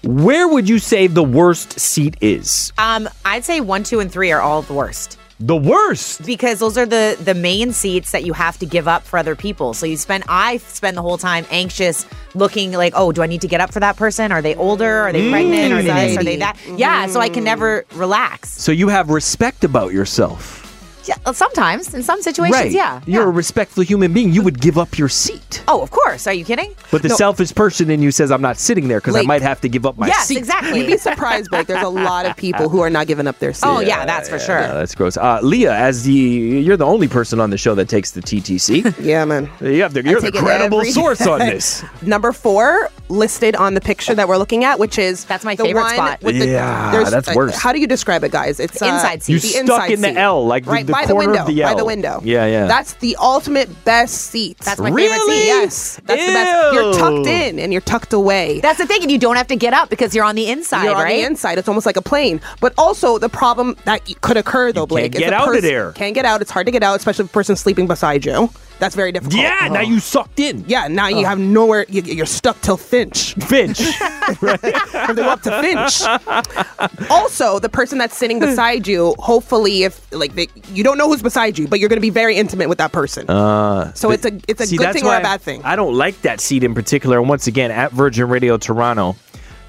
[SPEAKER 8] Where would you say the worst seat is?
[SPEAKER 9] Um, I'd say one, two, and three are all the worst
[SPEAKER 8] The worst.
[SPEAKER 9] because those are the the main seats that you have to give up for other people. So you spend I spend the whole time anxious, looking like, oh, do I need to get up for that person? Are they older? Are they pregnant? Are they this?
[SPEAKER 8] Mm.
[SPEAKER 9] Are they that? Yeah. So I can never relax.
[SPEAKER 8] So you have respect about yourself.
[SPEAKER 9] Yeah, sometimes in some situations, yeah.
[SPEAKER 8] You're
[SPEAKER 9] yeah.
[SPEAKER 8] a respectful human being. You would give up your seat.
[SPEAKER 9] oh, of course. Are you kidding?
[SPEAKER 8] But the selfish person in you says, I'm not sitting there because I
[SPEAKER 10] Like-
[SPEAKER 8] might have to give up my
[SPEAKER 9] yes,
[SPEAKER 8] seat.
[SPEAKER 10] You'd
[SPEAKER 9] exactly.
[SPEAKER 10] be surprised, Blake. There's a lot of people who are not giving up their seat.
[SPEAKER 9] oh, yeah, that's for sure.
[SPEAKER 8] Yeah, that's gross. Uh, Leah, as the you're the only person on the show that takes the TTC.
[SPEAKER 10] Yeah, man.
[SPEAKER 8] you have the, you're the
[SPEAKER 10] take it
[SPEAKER 8] credible
[SPEAKER 10] every-
[SPEAKER 8] source on this.
[SPEAKER 10] Number four listed on the picture that we're looking at, which is
[SPEAKER 9] That's my
[SPEAKER 10] the
[SPEAKER 9] favorite
[SPEAKER 10] one
[SPEAKER 9] spot.
[SPEAKER 10] With the,
[SPEAKER 8] Yeah,
[SPEAKER 10] there's-
[SPEAKER 8] that's worse.
[SPEAKER 10] how do you describe it, guys? It's uh,
[SPEAKER 9] Inside
[SPEAKER 8] You
[SPEAKER 9] seat.
[SPEAKER 10] the inside
[SPEAKER 8] stuck in the
[SPEAKER 10] seat.
[SPEAKER 8] L, like the-
[SPEAKER 10] right
[SPEAKER 8] the
[SPEAKER 10] by
[SPEAKER 8] corner
[SPEAKER 10] the window,
[SPEAKER 8] of the
[SPEAKER 10] by
[SPEAKER 8] L.
[SPEAKER 10] the window.
[SPEAKER 8] Yeah, yeah.
[SPEAKER 10] That's the ultimate best seat.
[SPEAKER 9] That's my favorite
[SPEAKER 8] Really?
[SPEAKER 9] seat.
[SPEAKER 10] yes. That's the best. You're tucked
[SPEAKER 8] Ew.
[SPEAKER 10] in and you're tucked away.
[SPEAKER 9] That's the thing, and you don't have to get up because you're on the inside,
[SPEAKER 10] you're on
[SPEAKER 9] right?
[SPEAKER 10] the inside. It's almost like a plane. But also the problem that y- could occur though, Blake, is
[SPEAKER 8] get
[SPEAKER 10] the
[SPEAKER 8] out of
[SPEAKER 10] person
[SPEAKER 8] there.
[SPEAKER 10] Can't get out. It's hard to get out, especially if the person's sleeping beside you. That's very difficult.
[SPEAKER 8] Yeah, now
[SPEAKER 9] Oh.
[SPEAKER 8] you sucked in.
[SPEAKER 10] Oh. Yeah, now you have nowhere. You, you're stuck till Finch.
[SPEAKER 8] Finch.
[SPEAKER 10] Have to go up to Finch. also, the person that's sitting beside you, hopefully, if like they, you don't know who's beside you, but you're going to be very intimate with that person. so it's a it's a
[SPEAKER 8] Uh, See,
[SPEAKER 10] good
[SPEAKER 8] that's
[SPEAKER 10] thing or
[SPEAKER 8] why
[SPEAKER 10] a bad thing.
[SPEAKER 8] I don't like that seat in particular. And once again, at Virgin Radio Toronto,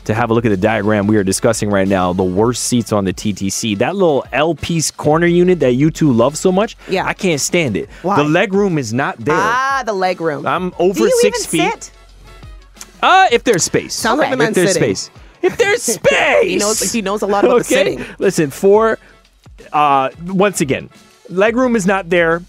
[SPEAKER 8] to have a look at the diagram we are discussing right now, the worst seats on the TTC. That little L piece corner unit that you two love so much,
[SPEAKER 10] Yeah.
[SPEAKER 8] I can't stand it.
[SPEAKER 10] Why?
[SPEAKER 8] The leg room is not there.
[SPEAKER 10] ah, the leg room.
[SPEAKER 8] I'm
[SPEAKER 9] Do
[SPEAKER 8] over
[SPEAKER 9] you
[SPEAKER 8] six
[SPEAKER 9] even
[SPEAKER 8] feet.
[SPEAKER 9] sit?
[SPEAKER 8] Uh, if there's space.
[SPEAKER 10] Sounds like the
[SPEAKER 8] if
[SPEAKER 10] man
[SPEAKER 8] there's
[SPEAKER 10] sitting.
[SPEAKER 8] space. If there's space.
[SPEAKER 10] he knows he knows a lot about the sitting.
[SPEAKER 8] Listen, for uh once again, leg room is not there.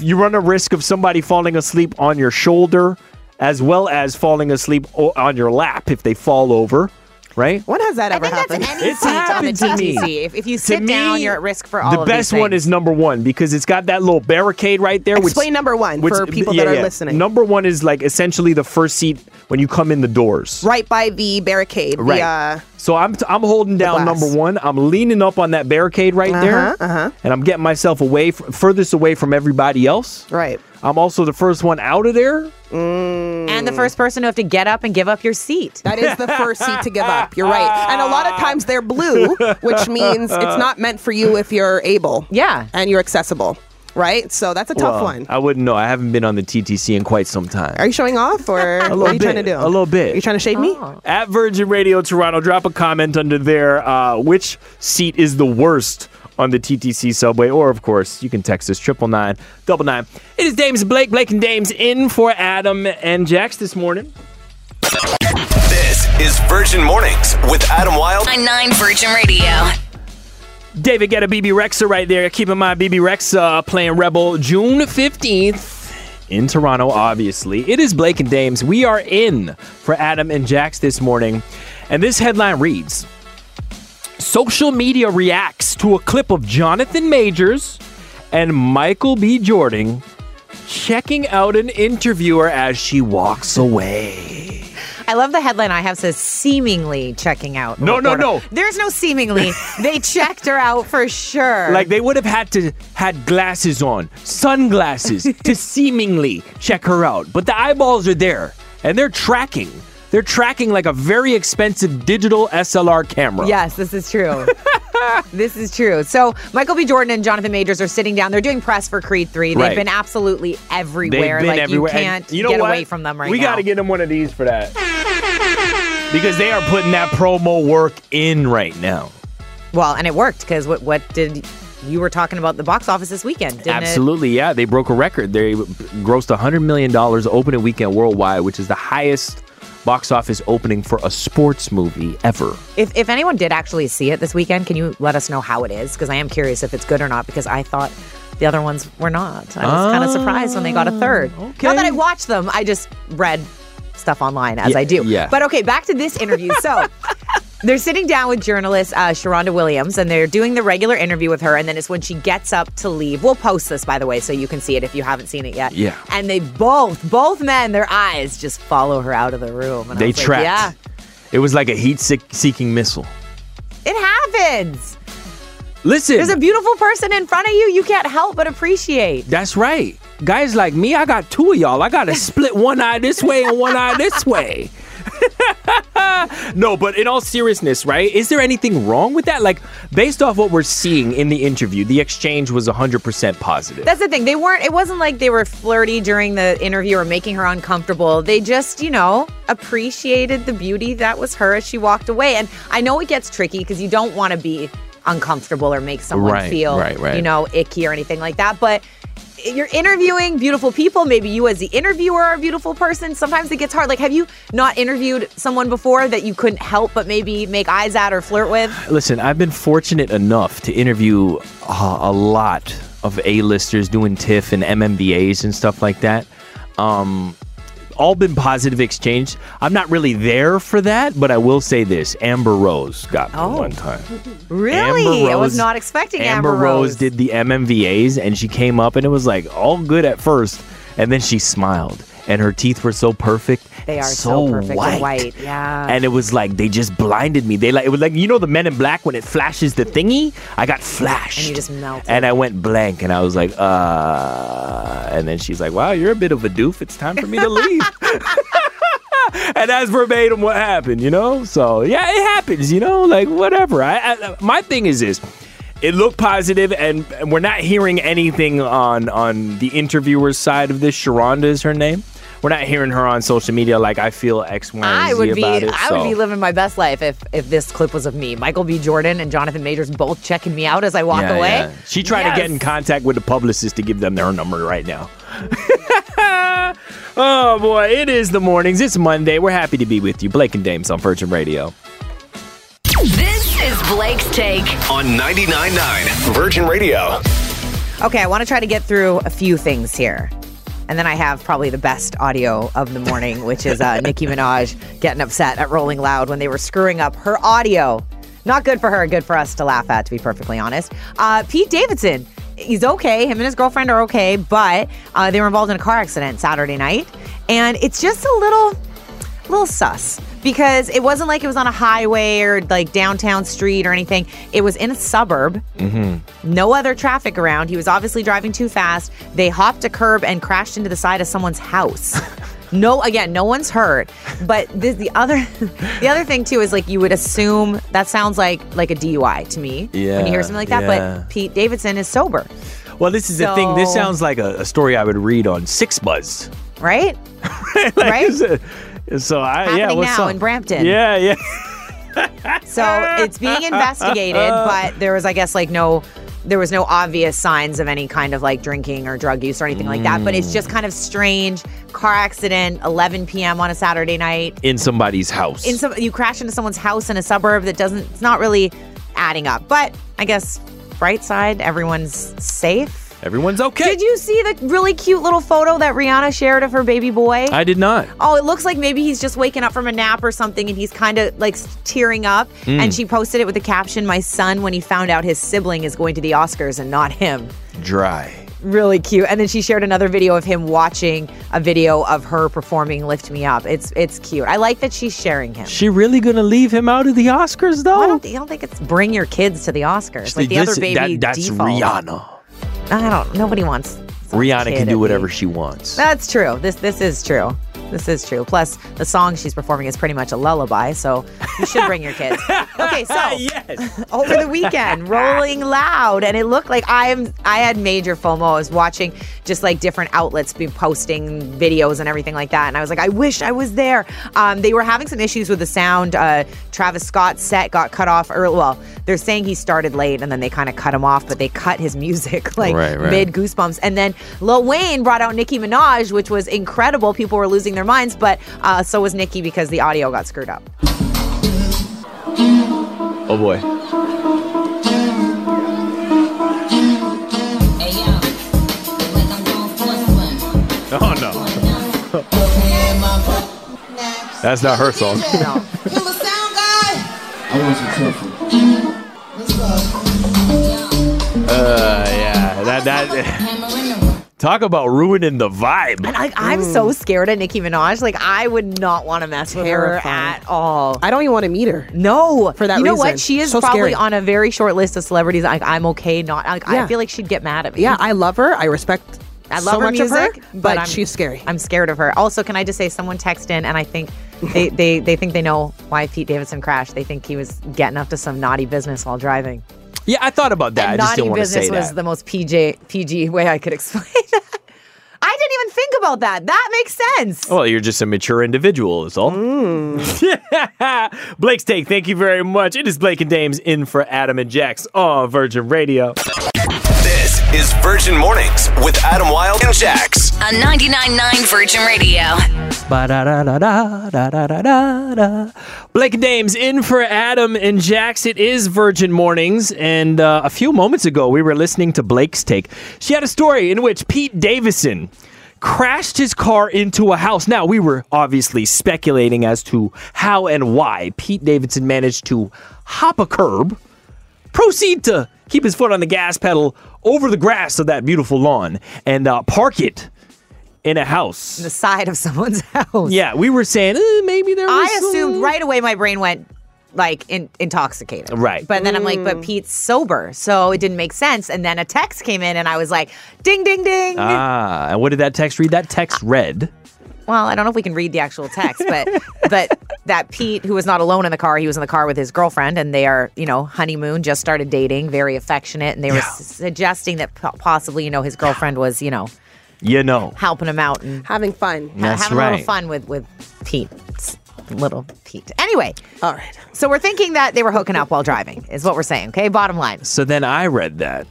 [SPEAKER 8] You run a risk of somebody falling asleep on your shoulder as well as falling asleep o- on your lap if they fall over, right?
[SPEAKER 10] When has that
[SPEAKER 9] I
[SPEAKER 10] ever
[SPEAKER 9] think that's
[SPEAKER 10] happened?
[SPEAKER 9] any
[SPEAKER 8] It's
[SPEAKER 9] seat on the
[SPEAKER 8] happened to me.
[SPEAKER 9] TTC. If, if you
[SPEAKER 8] To
[SPEAKER 9] sit down,
[SPEAKER 8] me,
[SPEAKER 9] you're at risk for all
[SPEAKER 8] The
[SPEAKER 9] of these
[SPEAKER 8] best one
[SPEAKER 9] things.
[SPEAKER 8] is number 1 because it's got that little barricade right there which-
[SPEAKER 10] Explain number one for people that are listening.
[SPEAKER 8] Number 1 is like essentially the first seat when you come in the doors.
[SPEAKER 10] right by the barricade. the,
[SPEAKER 8] Right.
[SPEAKER 10] uh,
[SPEAKER 8] so I'm t- I'm holding down
[SPEAKER 10] glass. Uh-huh,
[SPEAKER 8] number one. I'm leaning up on that barricade right there, and I'm getting myself away f- furthest away from everybody else.
[SPEAKER 10] right.
[SPEAKER 8] I'm also the first one out of there.
[SPEAKER 9] and the first person to have to get up and give up your seat.
[SPEAKER 10] That is the first seat to give up. You're right. And a lot of times they're blue, which means it's not meant for you if you're able.
[SPEAKER 9] Yeah.
[SPEAKER 10] And you're accessible. Right? So that's a tough
[SPEAKER 8] Well,
[SPEAKER 10] one.
[SPEAKER 8] I wouldn't know. I haven't been on the TTC in quite some time.
[SPEAKER 10] Are you showing off or what are you
[SPEAKER 8] bit,
[SPEAKER 10] trying to do?
[SPEAKER 8] a little bit.
[SPEAKER 10] You trying to shade
[SPEAKER 9] Oh.
[SPEAKER 10] me?
[SPEAKER 8] At Virgin Radio Toronto, drop a comment under there. Uh, which seat is the worst on the TTC subway? Or, of course, you can text us triple nine double nine. It is Dames and Blake, Blake and Dames in for Adam and Jax this morning.
[SPEAKER 1] This is Virgin Mornings with Adam Wilde
[SPEAKER 3] 99 Virgin Radio.
[SPEAKER 8] David got a BB Rexa right there. Keep in mind, BB Rexa uh, playing Rebel June 15th in Toronto, obviously. It is Blake and Dames. We are in for Adam and Jax this morning. And this headline reads Social media reacts to a clip of Jonathan Majors and Michael B. Jordan checking out an interviewer as she walks away.
[SPEAKER 9] I love the headline I have says seemingly checking out.
[SPEAKER 8] No, no,
[SPEAKER 9] reporter.
[SPEAKER 8] no.
[SPEAKER 9] There's no seemingly. they checked her out for sure.
[SPEAKER 8] Like they would have had to had glasses on, sunglasses to seemingly check her out. But the eyeballs are there and they're tracking. They're tracking like a very expensive digital SLR camera.
[SPEAKER 9] Yes, this is true. this is true. So Michael B. Jordan and Jonathan Majors are sitting down. They're doing press for Creed 3. They've
[SPEAKER 8] Right.
[SPEAKER 9] been absolutely
[SPEAKER 8] They've
[SPEAKER 9] everywhere.
[SPEAKER 8] been
[SPEAKER 9] like
[SPEAKER 8] everywhere.
[SPEAKER 9] you
[SPEAKER 8] and
[SPEAKER 9] can't get away from them right
[SPEAKER 8] we
[SPEAKER 9] now.
[SPEAKER 8] gotta get them one of these for that. Because they are putting that promo work in right now.
[SPEAKER 9] Well, and it worked because what what did you were talking about the box office this weekend? Didn't it?
[SPEAKER 8] Absolutely, yeah. They broke a record. They grossed $100 million opening weekend worldwide, which is the highest box office opening for a sports movie ever.
[SPEAKER 9] If, if anyone did actually see it this weekend, can you let us know how it is? Because I am curious if it's good or not. Because I thought the other ones were not. I was kind
[SPEAKER 8] Ah,
[SPEAKER 9] of surprised when they got a third. Not that I watched them. I just read stuff online as
[SPEAKER 8] Yeah,
[SPEAKER 9] I do.
[SPEAKER 8] yeah.
[SPEAKER 9] But okay, back to this interview. So. They're sitting down with journalist uh, Sharonda Williams, and they're doing the regular interview with her. And then it's when she gets up to leave. We'll post this, by the way, so you can see it if you haven't seen it yet.
[SPEAKER 8] Yeah.
[SPEAKER 9] And they both, both men, their eyes just follow her out of the room. And I
[SPEAKER 8] They
[SPEAKER 9] was like,
[SPEAKER 8] tracked.
[SPEAKER 9] yeah,
[SPEAKER 8] It was like a heat seek- seeking missile.
[SPEAKER 9] it happens.
[SPEAKER 8] Listen,
[SPEAKER 9] There's a beautiful person in front of you. You can't help but appreciate.
[SPEAKER 8] that's right. Guys like me, I got two of y'all. I got to split one eye this way and one eye this way. no, but in all seriousness, right? Is there anything wrong with that? Like, based off what we're seeing in the interview, the exchange was 100% positive.
[SPEAKER 9] That's the thing. They weren't, it wasn't like they were flirty during the interview or making her uncomfortable. They just, you know, appreciated the beauty that was her as she walked away. And I know it gets tricky because you don't want to be uncomfortable or make someone
[SPEAKER 8] Right,
[SPEAKER 9] feel,
[SPEAKER 8] right, right.
[SPEAKER 9] you know, icky or anything like that. But you're interviewing beautiful people. Maybe you, as the interviewer, are a beautiful person. Sometimes it gets hard. Like, have you not interviewed someone before that you couldn't help but maybe make eyes at or flirt with?
[SPEAKER 8] Listen, I've been fortunate enough to interview uh, a lot of A-listers doing TIFF and MMBAs and stuff like that. Um, all been positive exchange. I'm not really there for that, but I will say this: Amber Rose got me
[SPEAKER 9] Oh.
[SPEAKER 8] one time.
[SPEAKER 9] Really?
[SPEAKER 8] Amber
[SPEAKER 9] I was
[SPEAKER 8] Rose-
[SPEAKER 9] not expecting
[SPEAKER 8] Amber Rose did the MMVAs, and she came up, and it was like all good at first, and then she smiled, and her teeth were so perfect.
[SPEAKER 9] They
[SPEAKER 8] and
[SPEAKER 9] are so perfect and white, yeah.
[SPEAKER 8] And it was like they just blinded me. They like it was like you know the Men in Black when it flashes the thingy. I got flashed,
[SPEAKER 9] And you just melted.
[SPEAKER 8] and I went blank, and I was like, uh. And then she's like, "Wow, you're a bit of a doof. It's time for me to leave." and that's verbatim what happened, you know? So, yeah, it happens, you know? Like, whatever. I, I, my thing is this it looked positive, and, and we're not hearing anything on, on the interviewer's side of this. Sharonda is her name. We're not hearing her on social media like I feel X, Y, and
[SPEAKER 9] I
[SPEAKER 8] Z
[SPEAKER 9] would be
[SPEAKER 8] about it.
[SPEAKER 9] I
[SPEAKER 8] so.
[SPEAKER 9] would be living my best life if if this clip was of me. Michael B. Jordan and Jonathan Majors both checking me out as I walk
[SPEAKER 8] Yeah,
[SPEAKER 9] away.
[SPEAKER 8] yeah. She tried to get in
[SPEAKER 9] Yes.
[SPEAKER 8] contact with the publicist to give them their number right now. oh boy, it is the mornings. It's Monday. We're happy to be with you. Blake and Dames on Virgin Radio.
[SPEAKER 3] This is Blake's Take.
[SPEAKER 1] on 99.9 Virgin Radio.
[SPEAKER 9] Okay, I want to try to get through a few things here. And then I have probably the best audio of the morning, which is uh, Nicki Minaj getting upset at Rolling Loud when they were screwing up her audio. Not good for her, good for us to laugh at, to be perfectly honest. Uh, Pete Davidson, he's okay. Him and his girlfriend are okay, but uh, they were involved in a car accident Saturday night. And it's just a little a little sus because it wasn't like it was on a highway or like downtown street or anything. It was in a suburb.
[SPEAKER 8] Mm-hmm.
[SPEAKER 9] No other traffic around. He was obviously driving too fast. They hopped a curb and crashed into the side of someone's house. No, again, no one's hurt. But the, the other, the other thing too is like you would assume that sounds like like a DUI to me when you
[SPEAKER 8] Yeah,
[SPEAKER 9] hear something like that.
[SPEAKER 8] yeah.
[SPEAKER 9] But Pete Davidson is sober,
[SPEAKER 8] Well, this is the thing. This
[SPEAKER 9] So-
[SPEAKER 8] sounds like a, a story I would read on Six Buzz.
[SPEAKER 9] right?
[SPEAKER 8] Like,
[SPEAKER 9] Right?
[SPEAKER 8] is it- So I yeah,
[SPEAKER 9] Happening
[SPEAKER 8] what's
[SPEAKER 9] now
[SPEAKER 8] up?
[SPEAKER 9] in Brampton.
[SPEAKER 8] Yeah, yeah.
[SPEAKER 9] So it's being investigated, but there was, I guess, like no, there was no obvious signs of any kind of like drinking or drug use or anything like that. But it's just kind of strange. Car accident, 11 p.m. on a Saturday night.
[SPEAKER 8] In somebody's house.
[SPEAKER 9] In some, you crash into someone's house in a suburb that doesn't. It's not really adding up. But I guess bright side, everyone's safe.
[SPEAKER 8] Everyone's okay.
[SPEAKER 9] Did you see the really cute little photo that Rihanna shared of her baby boy?
[SPEAKER 8] I did not.
[SPEAKER 9] Oh, it looks like maybe he's just waking up from a nap or something and he's kind of like tearing up.
[SPEAKER 8] Mm.
[SPEAKER 9] And she posted it with the caption, My son, when he found out his sibling is going to the Oscars and not him.
[SPEAKER 8] Dry.
[SPEAKER 9] Really cute. And then she shared another video of him watching a video of her performing Lift Me Up. It's it's cute. I like that she's sharing him.
[SPEAKER 8] She really gonna leave him out of the Oscars though?
[SPEAKER 9] I don't, I don't think it's bring your kids to the Oscars. like the
[SPEAKER 8] This-
[SPEAKER 9] other baby.
[SPEAKER 8] that- that's
[SPEAKER 9] default.
[SPEAKER 8] Rihanna.
[SPEAKER 9] I don't nobody wants
[SPEAKER 8] Rihanna can
[SPEAKER 9] kid
[SPEAKER 8] do
[SPEAKER 9] at
[SPEAKER 8] whatever she wants.
[SPEAKER 9] That's true. This this is true. This is true. Plus, the song she's performing is pretty much a lullaby, so you should bring your kids. Okay, so over the weekend, rolling loud, and it looked like I'm I had major FOMO. I was watching just like different outlets be posting videos and everything like that, and I was like, I wish I was there. Um, they were having some issues with the sound. Uh, Travis Scott's set got cut off early. Well, they're saying he started late, and then they kind of cut him off, but they cut his music like
[SPEAKER 16] Right, right.
[SPEAKER 9] mid goosebumps. And then Lil Wayne brought out Nicki Minaj, which was incredible. People were losing their minds, but uh, so was Nicki because the audio got screwed up.
[SPEAKER 8] Oh boy. Oh no. That's not her song.
[SPEAKER 6] Kill the sound guy.
[SPEAKER 8] I want you to Uh yeah. That that Talk about ruining the vibe.
[SPEAKER 9] And I, I'm
[SPEAKER 10] Mm.
[SPEAKER 9] so scared of Nicki Minaj. Like I would not want to mess with her at all. I
[SPEAKER 10] don't even want to meet her.
[SPEAKER 9] No,
[SPEAKER 10] for that.
[SPEAKER 9] you know
[SPEAKER 10] reason.
[SPEAKER 9] what? She is
[SPEAKER 10] So
[SPEAKER 9] probably
[SPEAKER 10] scary.
[SPEAKER 9] on a very short list of celebrities. Like I'm okay not. Like, I
[SPEAKER 10] Yeah.
[SPEAKER 9] feel like she'd get mad at me.
[SPEAKER 10] Yeah, I love her. I respect.
[SPEAKER 9] I love
[SPEAKER 10] so
[SPEAKER 9] her
[SPEAKER 10] much
[SPEAKER 9] music,
[SPEAKER 10] of her, but,
[SPEAKER 9] I'm-
[SPEAKER 10] she's scary.
[SPEAKER 9] I'm scared of her. Also, can I just say someone texted in and I think they, they, they think they know why Pete Davidson crashed. They think he was getting up to some naughty business while driving.
[SPEAKER 8] Yeah, I thought about that. I just
[SPEAKER 9] naughty
[SPEAKER 8] didn't want to
[SPEAKER 9] business
[SPEAKER 8] say
[SPEAKER 9] was
[SPEAKER 8] that.
[SPEAKER 9] the most PJ PG way I could explain that. I didn't even think about that. That makes sense.
[SPEAKER 8] Well, you're just a mature individual, is all. Mm. Blake's take, thank you very much. It is Blake and Dames in for Adam and Jax on Virgin Radio.
[SPEAKER 1] This is Virgin Mornings with Adam Wilde and Jax.
[SPEAKER 3] On 99.9 Virgin Radio.
[SPEAKER 8] Ba-da-da-da-da-da-da-da-da. Blake and Dames in for Adam and Jax. It is Virgin Mornings. And uh, a few moments ago, we were listening to Blake's take. She had a story in which Pete Davison crashed his car into a house. Now, we were obviously speculating as to how and why Pete Davidson managed to hop a curb proceed to keep his foot on the gas pedal over the grass of that beautiful lawn and uh, park it in a house. The
[SPEAKER 9] side of someone's house.
[SPEAKER 8] Yeah, we were saying eh, maybe there was.
[SPEAKER 9] I assumed
[SPEAKER 8] some-
[SPEAKER 9] right away my brain went like in- intoxicated.
[SPEAKER 8] Right.
[SPEAKER 9] But then I'm like, but Pete's sober, so it didn't make sense. And then a text came in, and I was like, ding, ding, ding.
[SPEAKER 8] Ah, and what did that text read? That text read.
[SPEAKER 9] Well, I don't know if we can read the actual text, but but that Pete, who was not alone in the car, he was in the car with his girlfriend, and they are you know honeymoon, just started dating, very affectionate, and they were
[SPEAKER 8] Yeah.
[SPEAKER 9] s- suggesting that po- possibly you know his girlfriend was you know
[SPEAKER 8] You know.
[SPEAKER 9] helping him out and
[SPEAKER 10] having fun,
[SPEAKER 8] That's
[SPEAKER 9] having a
[SPEAKER 8] right.
[SPEAKER 9] little fun with with Pete, S- little Pete. Anyway, all right. So we're thinking that they were hooking up while driving, is what we're saying. Okay, bottom line.
[SPEAKER 8] So then I read that,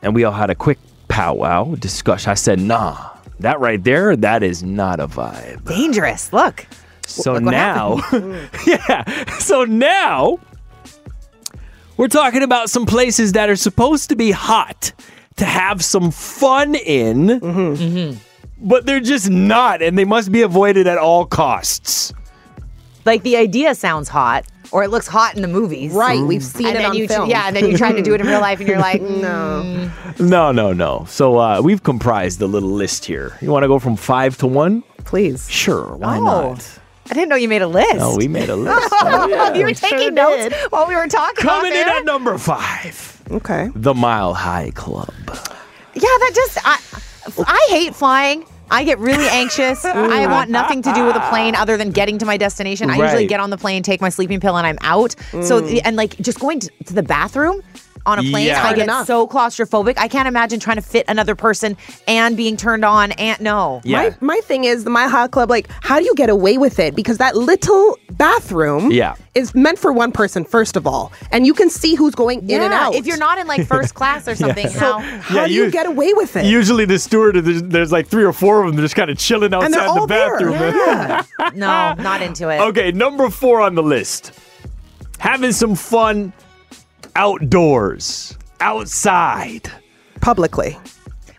[SPEAKER 8] and we all had a quick powwow discussion. I said, nah, that right there, that is not a vibe.
[SPEAKER 9] Dangerous. Look.
[SPEAKER 8] So
[SPEAKER 9] Look what
[SPEAKER 8] now,
[SPEAKER 9] happened. Mm.
[SPEAKER 8] yeah, so now we're talking about some places that are supposed to be hot to have some fun in,
[SPEAKER 9] Mm-hmm.
[SPEAKER 8] but they're just not, and they must be avoided at all costs.
[SPEAKER 9] Like the idea sounds hot, or it looks hot in the movies.
[SPEAKER 10] Right, we've
[SPEAKER 9] Mm.
[SPEAKER 10] seen
[SPEAKER 9] and
[SPEAKER 10] it
[SPEAKER 9] then
[SPEAKER 10] on
[SPEAKER 9] you,
[SPEAKER 10] film.
[SPEAKER 9] Yeah, and then you try to do it in real life, and you're like, no.
[SPEAKER 8] No, no, no. So uh, we've comprised a little list here. You want to go from five to one?
[SPEAKER 10] Please.
[SPEAKER 8] Sure. Why
[SPEAKER 9] Oh,
[SPEAKER 8] not?
[SPEAKER 9] I didn't know you made a list.
[SPEAKER 8] No, we made a list.
[SPEAKER 9] Oh, you were
[SPEAKER 10] we sure
[SPEAKER 9] taking notes while we were talking.
[SPEAKER 8] Coming
[SPEAKER 9] off
[SPEAKER 8] in
[SPEAKER 9] air?
[SPEAKER 8] at number five.
[SPEAKER 10] Okay.
[SPEAKER 8] The Mile High Club.
[SPEAKER 9] Yeah, that just I I hate flying. I get really anxious. I want nothing to do with a plane other than getting to my destination. I usually
[SPEAKER 8] Right.
[SPEAKER 9] get on the plane, take my sleeping pill, and I'm out. So
[SPEAKER 8] Mm.
[SPEAKER 9] and like just going to, to the bathroom on a plane,
[SPEAKER 8] Yeah.
[SPEAKER 9] I
[SPEAKER 8] Hard
[SPEAKER 9] get
[SPEAKER 8] enough.
[SPEAKER 9] so claustrophobic. I can't imagine trying to fit another person and being turned on and no.
[SPEAKER 10] My, my thing is the My Hot Club. Like, how do you get away with it? Because that little bathroom,
[SPEAKER 8] Yeah.
[SPEAKER 10] is meant for one person first of all, and you can see who's going in and
[SPEAKER 9] Yeah,
[SPEAKER 10] out.
[SPEAKER 9] If you're not in like first class or something,
[SPEAKER 8] Yeah.
[SPEAKER 9] how
[SPEAKER 10] how do you, get away with it?
[SPEAKER 8] Usually the steward, there's, there's like three or four of them just kind of chilling outside
[SPEAKER 10] And they're
[SPEAKER 8] the
[SPEAKER 10] all there.
[SPEAKER 8] bathroom.
[SPEAKER 9] no, not into it.
[SPEAKER 8] Okay, number four on the list. Having some fun outdoors, outside.
[SPEAKER 10] Publicly.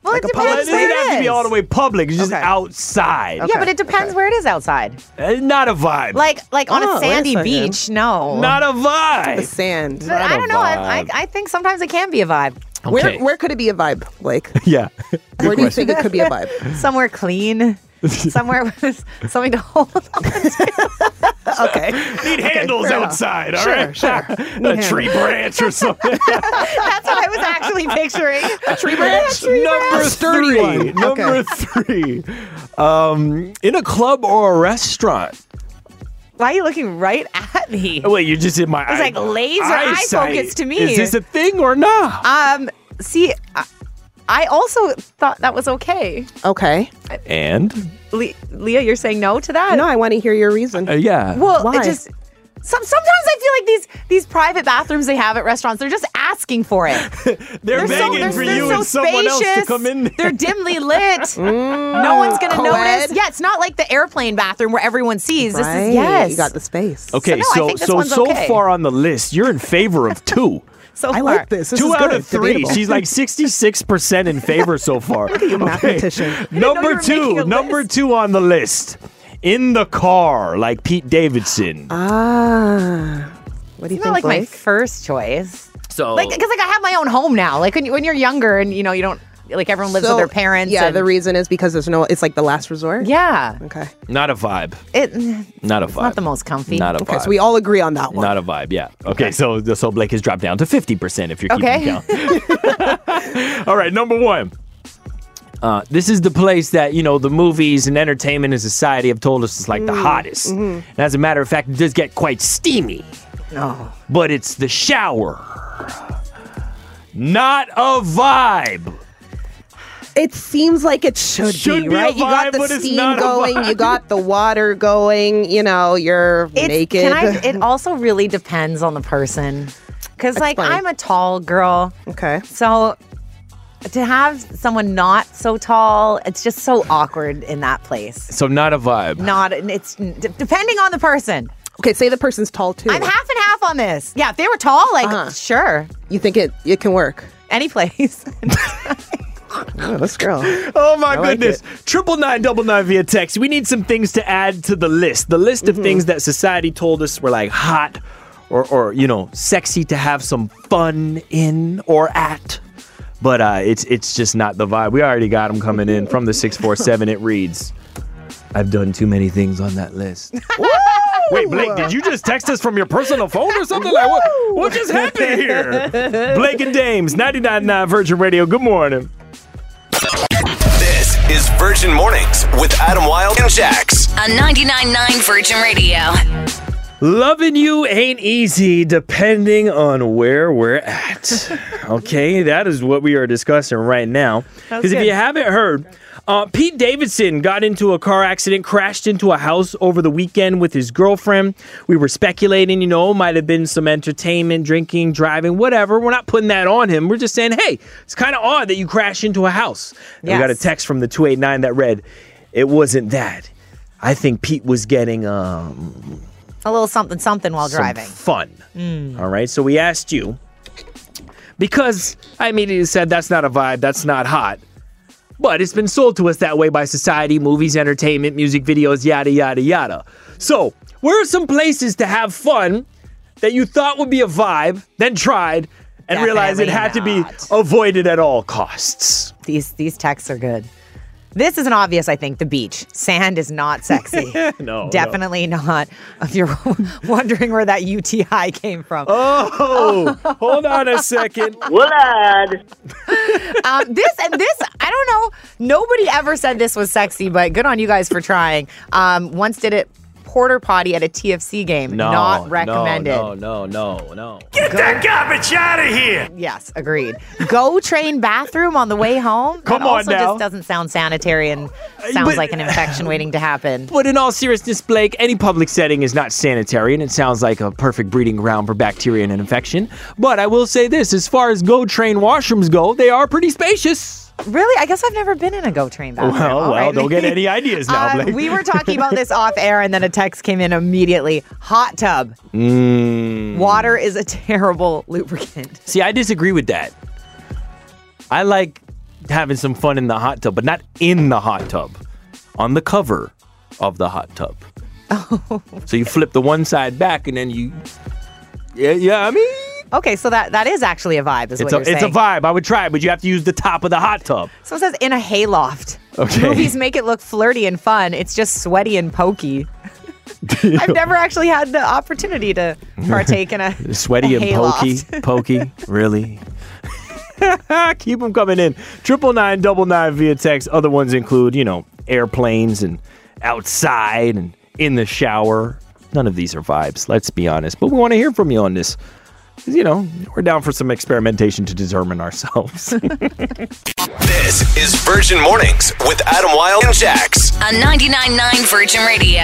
[SPEAKER 9] Well, it
[SPEAKER 8] a public-
[SPEAKER 9] depends
[SPEAKER 8] It
[SPEAKER 9] where
[SPEAKER 8] doesn't have to
[SPEAKER 9] it
[SPEAKER 8] be
[SPEAKER 9] is.
[SPEAKER 8] all the way public. It's just
[SPEAKER 9] Okay.
[SPEAKER 8] outside.
[SPEAKER 9] Yeah, but it depends where it is outside.
[SPEAKER 8] Eh, Not a vibe.
[SPEAKER 9] Like like on
[SPEAKER 10] Oh,
[SPEAKER 9] a
[SPEAKER 10] wait a
[SPEAKER 9] sandy
[SPEAKER 10] second.
[SPEAKER 9] beach, no.
[SPEAKER 8] not a
[SPEAKER 10] The
[SPEAKER 8] vibe.
[SPEAKER 10] sand.
[SPEAKER 9] But I
[SPEAKER 8] a
[SPEAKER 9] don't know. I, I,
[SPEAKER 8] vibe.
[SPEAKER 9] I think sometimes it can be a vibe.
[SPEAKER 10] Where where could it be a vibe? Like
[SPEAKER 8] Yeah.
[SPEAKER 10] where do you think it could be a vibe?
[SPEAKER 9] Somewhere clean. Somewhere with something to hold on.
[SPEAKER 10] Okay.
[SPEAKER 8] Need handles outside. All
[SPEAKER 10] Sure,
[SPEAKER 8] right.
[SPEAKER 10] sure.
[SPEAKER 8] a tree branch or something.
[SPEAKER 9] That's what I was actually picturing. A tree branch?
[SPEAKER 8] Number
[SPEAKER 10] sturdy
[SPEAKER 8] three.
[SPEAKER 10] one.
[SPEAKER 8] Number three. Um, in a club or a restaurant.
[SPEAKER 9] Why are you looking right at me?
[SPEAKER 8] Wait, you just in my
[SPEAKER 9] It's
[SPEAKER 8] eye-
[SPEAKER 9] like laser eye
[SPEAKER 8] eyesight.
[SPEAKER 9] focus to me.
[SPEAKER 8] Is this a thing or not?
[SPEAKER 9] Um, see, I, I also thought that was okay.
[SPEAKER 10] Okay.
[SPEAKER 8] And
[SPEAKER 9] Le- Leah, you're saying no to that?
[SPEAKER 10] No, I want to hear your reason.
[SPEAKER 8] uh, yeah.
[SPEAKER 9] Well,
[SPEAKER 10] Why?
[SPEAKER 9] it just some, sometimes I feel like these these private bathrooms they have at restaurants, they're just asking for it.
[SPEAKER 8] they're,
[SPEAKER 9] They're so,
[SPEAKER 8] begging
[SPEAKER 9] they're,
[SPEAKER 8] for
[SPEAKER 9] they're
[SPEAKER 8] you
[SPEAKER 9] so
[SPEAKER 8] and someone else to
[SPEAKER 9] spacious.
[SPEAKER 8] come in there.
[SPEAKER 9] They're dimly lit. no one's gonna
[SPEAKER 10] Mm, co-ed.
[SPEAKER 9] notice. Yeah, it's not like the airplane bathroom where everyone sees. This
[SPEAKER 10] Right.
[SPEAKER 9] is yes.
[SPEAKER 10] You got the space.
[SPEAKER 9] So,
[SPEAKER 8] Okay,
[SPEAKER 9] no, I
[SPEAKER 8] so
[SPEAKER 9] think this
[SPEAKER 8] so
[SPEAKER 9] one's
[SPEAKER 8] so
[SPEAKER 9] okay.
[SPEAKER 8] far on the list, you're in favor of two.
[SPEAKER 9] so
[SPEAKER 10] I
[SPEAKER 9] far.
[SPEAKER 10] like this. This
[SPEAKER 8] two
[SPEAKER 10] is
[SPEAKER 8] out
[SPEAKER 10] good.
[SPEAKER 8] of three.
[SPEAKER 10] Debatable.
[SPEAKER 8] She's like 66% in favor so far.
[SPEAKER 10] mathematician. I
[SPEAKER 9] know you
[SPEAKER 8] Number
[SPEAKER 9] were making
[SPEAKER 8] two,
[SPEAKER 9] a
[SPEAKER 8] number
[SPEAKER 9] list.
[SPEAKER 8] two on the list. In the car, like Pete Davidson.
[SPEAKER 10] ah. What do you
[SPEAKER 9] It's not like
[SPEAKER 10] think?
[SPEAKER 9] my
[SPEAKER 10] Blake?
[SPEAKER 9] first choice.
[SPEAKER 15] So
[SPEAKER 9] Like, because like I have my own home now. Like when you, when you're younger and you know you don't like everyone lives
[SPEAKER 10] So,
[SPEAKER 9] with their parents.
[SPEAKER 10] Yeah,
[SPEAKER 9] and-
[SPEAKER 10] the reason is because there's no. It's like the last resort.
[SPEAKER 9] yeah.
[SPEAKER 10] Okay.
[SPEAKER 8] not a vibe.
[SPEAKER 9] It it's
[SPEAKER 8] Not a vibe.
[SPEAKER 9] not the most comfy.
[SPEAKER 8] Not a vibe.
[SPEAKER 10] Okay. So we all agree on that one.
[SPEAKER 8] not a vibe, yeah. Okay, so so Blake has dropped down to 50% if you're
[SPEAKER 9] Okay.
[SPEAKER 8] keeping count. All right, number one. Uh, this is the place that, you know, the movies and entertainment and society have told us is like the hottest. And as a matter of fact, it does get quite steamy. But it's the shower. Not a vibe.
[SPEAKER 10] It seems like it should,
[SPEAKER 8] Should be a
[SPEAKER 10] right? you
[SPEAKER 8] vibe,
[SPEAKER 10] got the
[SPEAKER 8] but it's
[SPEAKER 10] steam
[SPEAKER 8] not a
[SPEAKER 10] going, you got the water going, you know, you're
[SPEAKER 9] It's,
[SPEAKER 10] naked.
[SPEAKER 9] Can I, it also really depends on the person. Because, like,
[SPEAKER 10] Explain.
[SPEAKER 9] I'm a tall girl.
[SPEAKER 10] okay.
[SPEAKER 9] So to have someone not so tall, it's just so awkward in that place.
[SPEAKER 8] So not a vibe.
[SPEAKER 9] Not, it's d- depending on the person.
[SPEAKER 10] Okay, say the person's tall too.
[SPEAKER 9] I'm half and half on this. Yeah, if they were tall, like,
[SPEAKER 10] Uh-huh.
[SPEAKER 9] sure,
[SPEAKER 10] you think it it can work?
[SPEAKER 9] any place.
[SPEAKER 10] Oh, this girl.
[SPEAKER 8] Oh my
[SPEAKER 10] like
[SPEAKER 8] goodness. Triple nine double nine via text. We need some things to add to the list. The list of things that society told us were like hot or or you know, sexy to have some fun in or at. But uh, it's it's just not the vibe. We already got them coming in from the 647. It reads I've done too many things on that list. Wait, Blake, did you just text us from your personal phone or something? Like, what, what just happened here? Blake and Dames, 99.9 Virgin Radio. Good morning.
[SPEAKER 1] This is Virgin Mornings with Adam Wilde and Jax.
[SPEAKER 3] On 99.9 Virgin Radio.
[SPEAKER 8] Loving you ain't easy depending on where we're at. Okay, that is what we are discussing right now. Because if
[SPEAKER 9] good.
[SPEAKER 8] you haven't heard, uh, Pete Davidson got into a car accident, crashed into a house over the weekend with his girlfriend. We were speculating, you know, might have been some entertainment, drinking, driving, whatever. We're not putting that on him. We're just saying, hey, it's kind of odd that you crash into a house. And We got a
[SPEAKER 9] Yes.
[SPEAKER 8] text from the 289 that read, it wasn't that. I think Pete was getting, um,
[SPEAKER 9] a little something, something while
[SPEAKER 8] some
[SPEAKER 9] driving.
[SPEAKER 8] fun.
[SPEAKER 9] Mm.
[SPEAKER 8] All right. So we asked you because I immediately said that's not a vibe, that's not hot. But it's been sold to us that way by society, movies, entertainment, music videos, yada, yada, yada. So, where are some places to have fun that you thought would be a vibe, then tried, and realized it had
[SPEAKER 9] Definitely
[SPEAKER 8] to be avoided at all costs?
[SPEAKER 9] These these texts are good. This is an obvious, I think. The beach sand is not sexy.
[SPEAKER 8] Oh, No. no.
[SPEAKER 9] Definitely not. If you're wondering where that UTI came from,
[SPEAKER 8] Oh, hold on a second.
[SPEAKER 9] um, this and this, I don't know. Nobody ever said this was sexy, but good on you guys for trying. Um, once did it porter potty at a TFC game.
[SPEAKER 8] No,
[SPEAKER 9] not recommended.
[SPEAKER 8] No, no, no, no.
[SPEAKER 9] Yes, agreed. Go train bathroom on the way home.
[SPEAKER 8] Come
[SPEAKER 9] that
[SPEAKER 8] on
[SPEAKER 9] also
[SPEAKER 8] now.
[SPEAKER 9] Just doesn't sound sanitary and sounds
[SPEAKER 8] but-
[SPEAKER 9] like an infection waiting to happen.
[SPEAKER 8] But in all seriousness, Blake, any public setting is not sanitary, and it sounds like a perfect breeding ground for bacteria and an infection. But I will say this as far as Go Train washrooms go, they are pretty spacious.
[SPEAKER 9] Really, I guess I've never been in a go train bathroom.
[SPEAKER 8] Well,
[SPEAKER 9] All
[SPEAKER 8] well,
[SPEAKER 9] right.
[SPEAKER 8] don't get any ideas now,
[SPEAKER 9] Uh,
[SPEAKER 8] Blake.
[SPEAKER 9] we were talking about this off air, and then a text came in immediately. Hot tub.
[SPEAKER 8] Mm.
[SPEAKER 9] Water is a terrible lubricant.
[SPEAKER 8] See, I disagree with that. I like having some fun in the hot tub, but not in the hot tub, on the cover of the hot tub. Oh, So you flip the one side back and then you. Yeah, yeah. I mean,
[SPEAKER 9] Okay, so that that is actually a vibe, is
[SPEAKER 8] it's
[SPEAKER 9] what
[SPEAKER 8] a
[SPEAKER 9] you're saying.
[SPEAKER 8] it's a vibe. I would try it, but you have to use the top of the hot tub.
[SPEAKER 9] So it says in a hayloft.
[SPEAKER 8] Okay.
[SPEAKER 9] Movies make it look flirty and fun. It's just sweaty and pokey. I've never actually had the opportunity to partake in a
[SPEAKER 8] Sweaty
[SPEAKER 9] a
[SPEAKER 8] and
[SPEAKER 9] hayloft.
[SPEAKER 8] pokey, pokey, really. Keep them coming in. Triple nine, double nine via text. Other ones include, you know, airplanes and outside and in the shower. None of these are vibes. Let's be honest, but we want to hear from you on this. 'Cause, You know, we're down for some experimentation to determine ourselves.
[SPEAKER 1] This is Virgin Mornings with Adam Wilde and Jax.
[SPEAKER 3] On 99.9 Virgin Radio.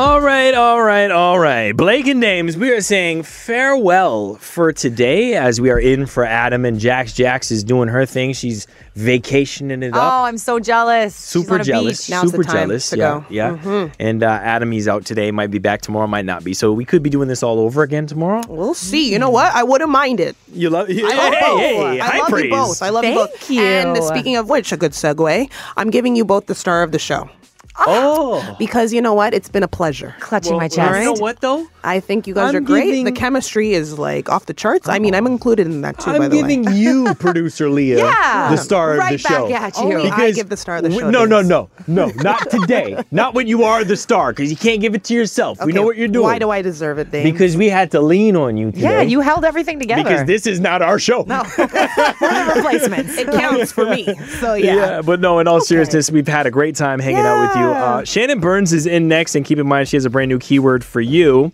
[SPEAKER 8] All right, all right, all right. Blake and Dames, we are saying farewell for today as we are in for Adam and Jax. Jax is doing her thing. She's vacationing it
[SPEAKER 9] Oh,
[SPEAKER 8] up.
[SPEAKER 9] I'm so jealous. She's
[SPEAKER 8] Super
[SPEAKER 9] on a
[SPEAKER 8] jealous.
[SPEAKER 9] beach.
[SPEAKER 10] Now's the
[SPEAKER 8] Super
[SPEAKER 10] time
[SPEAKER 8] jealous.
[SPEAKER 10] to
[SPEAKER 8] yeah.
[SPEAKER 10] go. Mm-hmm.
[SPEAKER 8] Yeah. And uh, Adam, he's out today. Might be back tomorrow. Might not be. So we could be doing this all over again tomorrow.
[SPEAKER 10] We'll see. You know what? I wouldn't mind it.
[SPEAKER 8] You love. Hey,
[SPEAKER 10] I love both.
[SPEAKER 8] hey,
[SPEAKER 10] I
[SPEAKER 8] high
[SPEAKER 10] love you
[SPEAKER 8] praise.
[SPEAKER 10] both. I love you
[SPEAKER 9] Thank
[SPEAKER 10] both.
[SPEAKER 9] you.
[SPEAKER 10] And speaking of which, a good segue. I'm giving you both the star of the show
[SPEAKER 8] oh.
[SPEAKER 10] because you know what? It's been a pleasure.
[SPEAKER 9] Clutching my chest.
[SPEAKER 8] You know what though?
[SPEAKER 10] I think you guys
[SPEAKER 8] I'm
[SPEAKER 10] are great.
[SPEAKER 8] giving-
[SPEAKER 10] The chemistry is like off the charts. I mean, I'm included in that too. by
[SPEAKER 8] I'm
[SPEAKER 10] the way.
[SPEAKER 8] giving you, producer Leah,
[SPEAKER 9] Yeah.
[SPEAKER 8] the star
[SPEAKER 9] Right
[SPEAKER 8] of the
[SPEAKER 9] back
[SPEAKER 8] show.
[SPEAKER 9] at
[SPEAKER 10] Oh,
[SPEAKER 9] you. Only I
[SPEAKER 10] give the star of the
[SPEAKER 8] w-
[SPEAKER 10] show
[SPEAKER 8] No, no,
[SPEAKER 10] this.
[SPEAKER 8] no, no, not today. not when you are the star, because you can't give it to yourself.
[SPEAKER 10] Okay,
[SPEAKER 8] we know what you're doing.
[SPEAKER 10] Why do I deserve it, Dave?
[SPEAKER 8] Because we had to lean on you today.
[SPEAKER 9] Yeah, you held everything together.
[SPEAKER 8] Because this is not our show. No.
[SPEAKER 10] Oh.
[SPEAKER 9] We're the replacements.
[SPEAKER 10] it counts for me. So yeah.
[SPEAKER 8] but no, in all seriousness, we've had a great time hanging out with you. Uh, Shannon Burns is in next, and keep in mind she has a brand new keyword for you.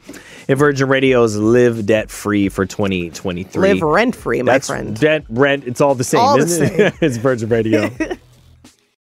[SPEAKER 8] And Virgin Radio's live debt free for 2023.
[SPEAKER 10] Live rent free, my
[SPEAKER 8] That's
[SPEAKER 10] friend.
[SPEAKER 8] Debt, rent, it's all the same,
[SPEAKER 10] All the
[SPEAKER 8] isn't it? it's Virgin Radio.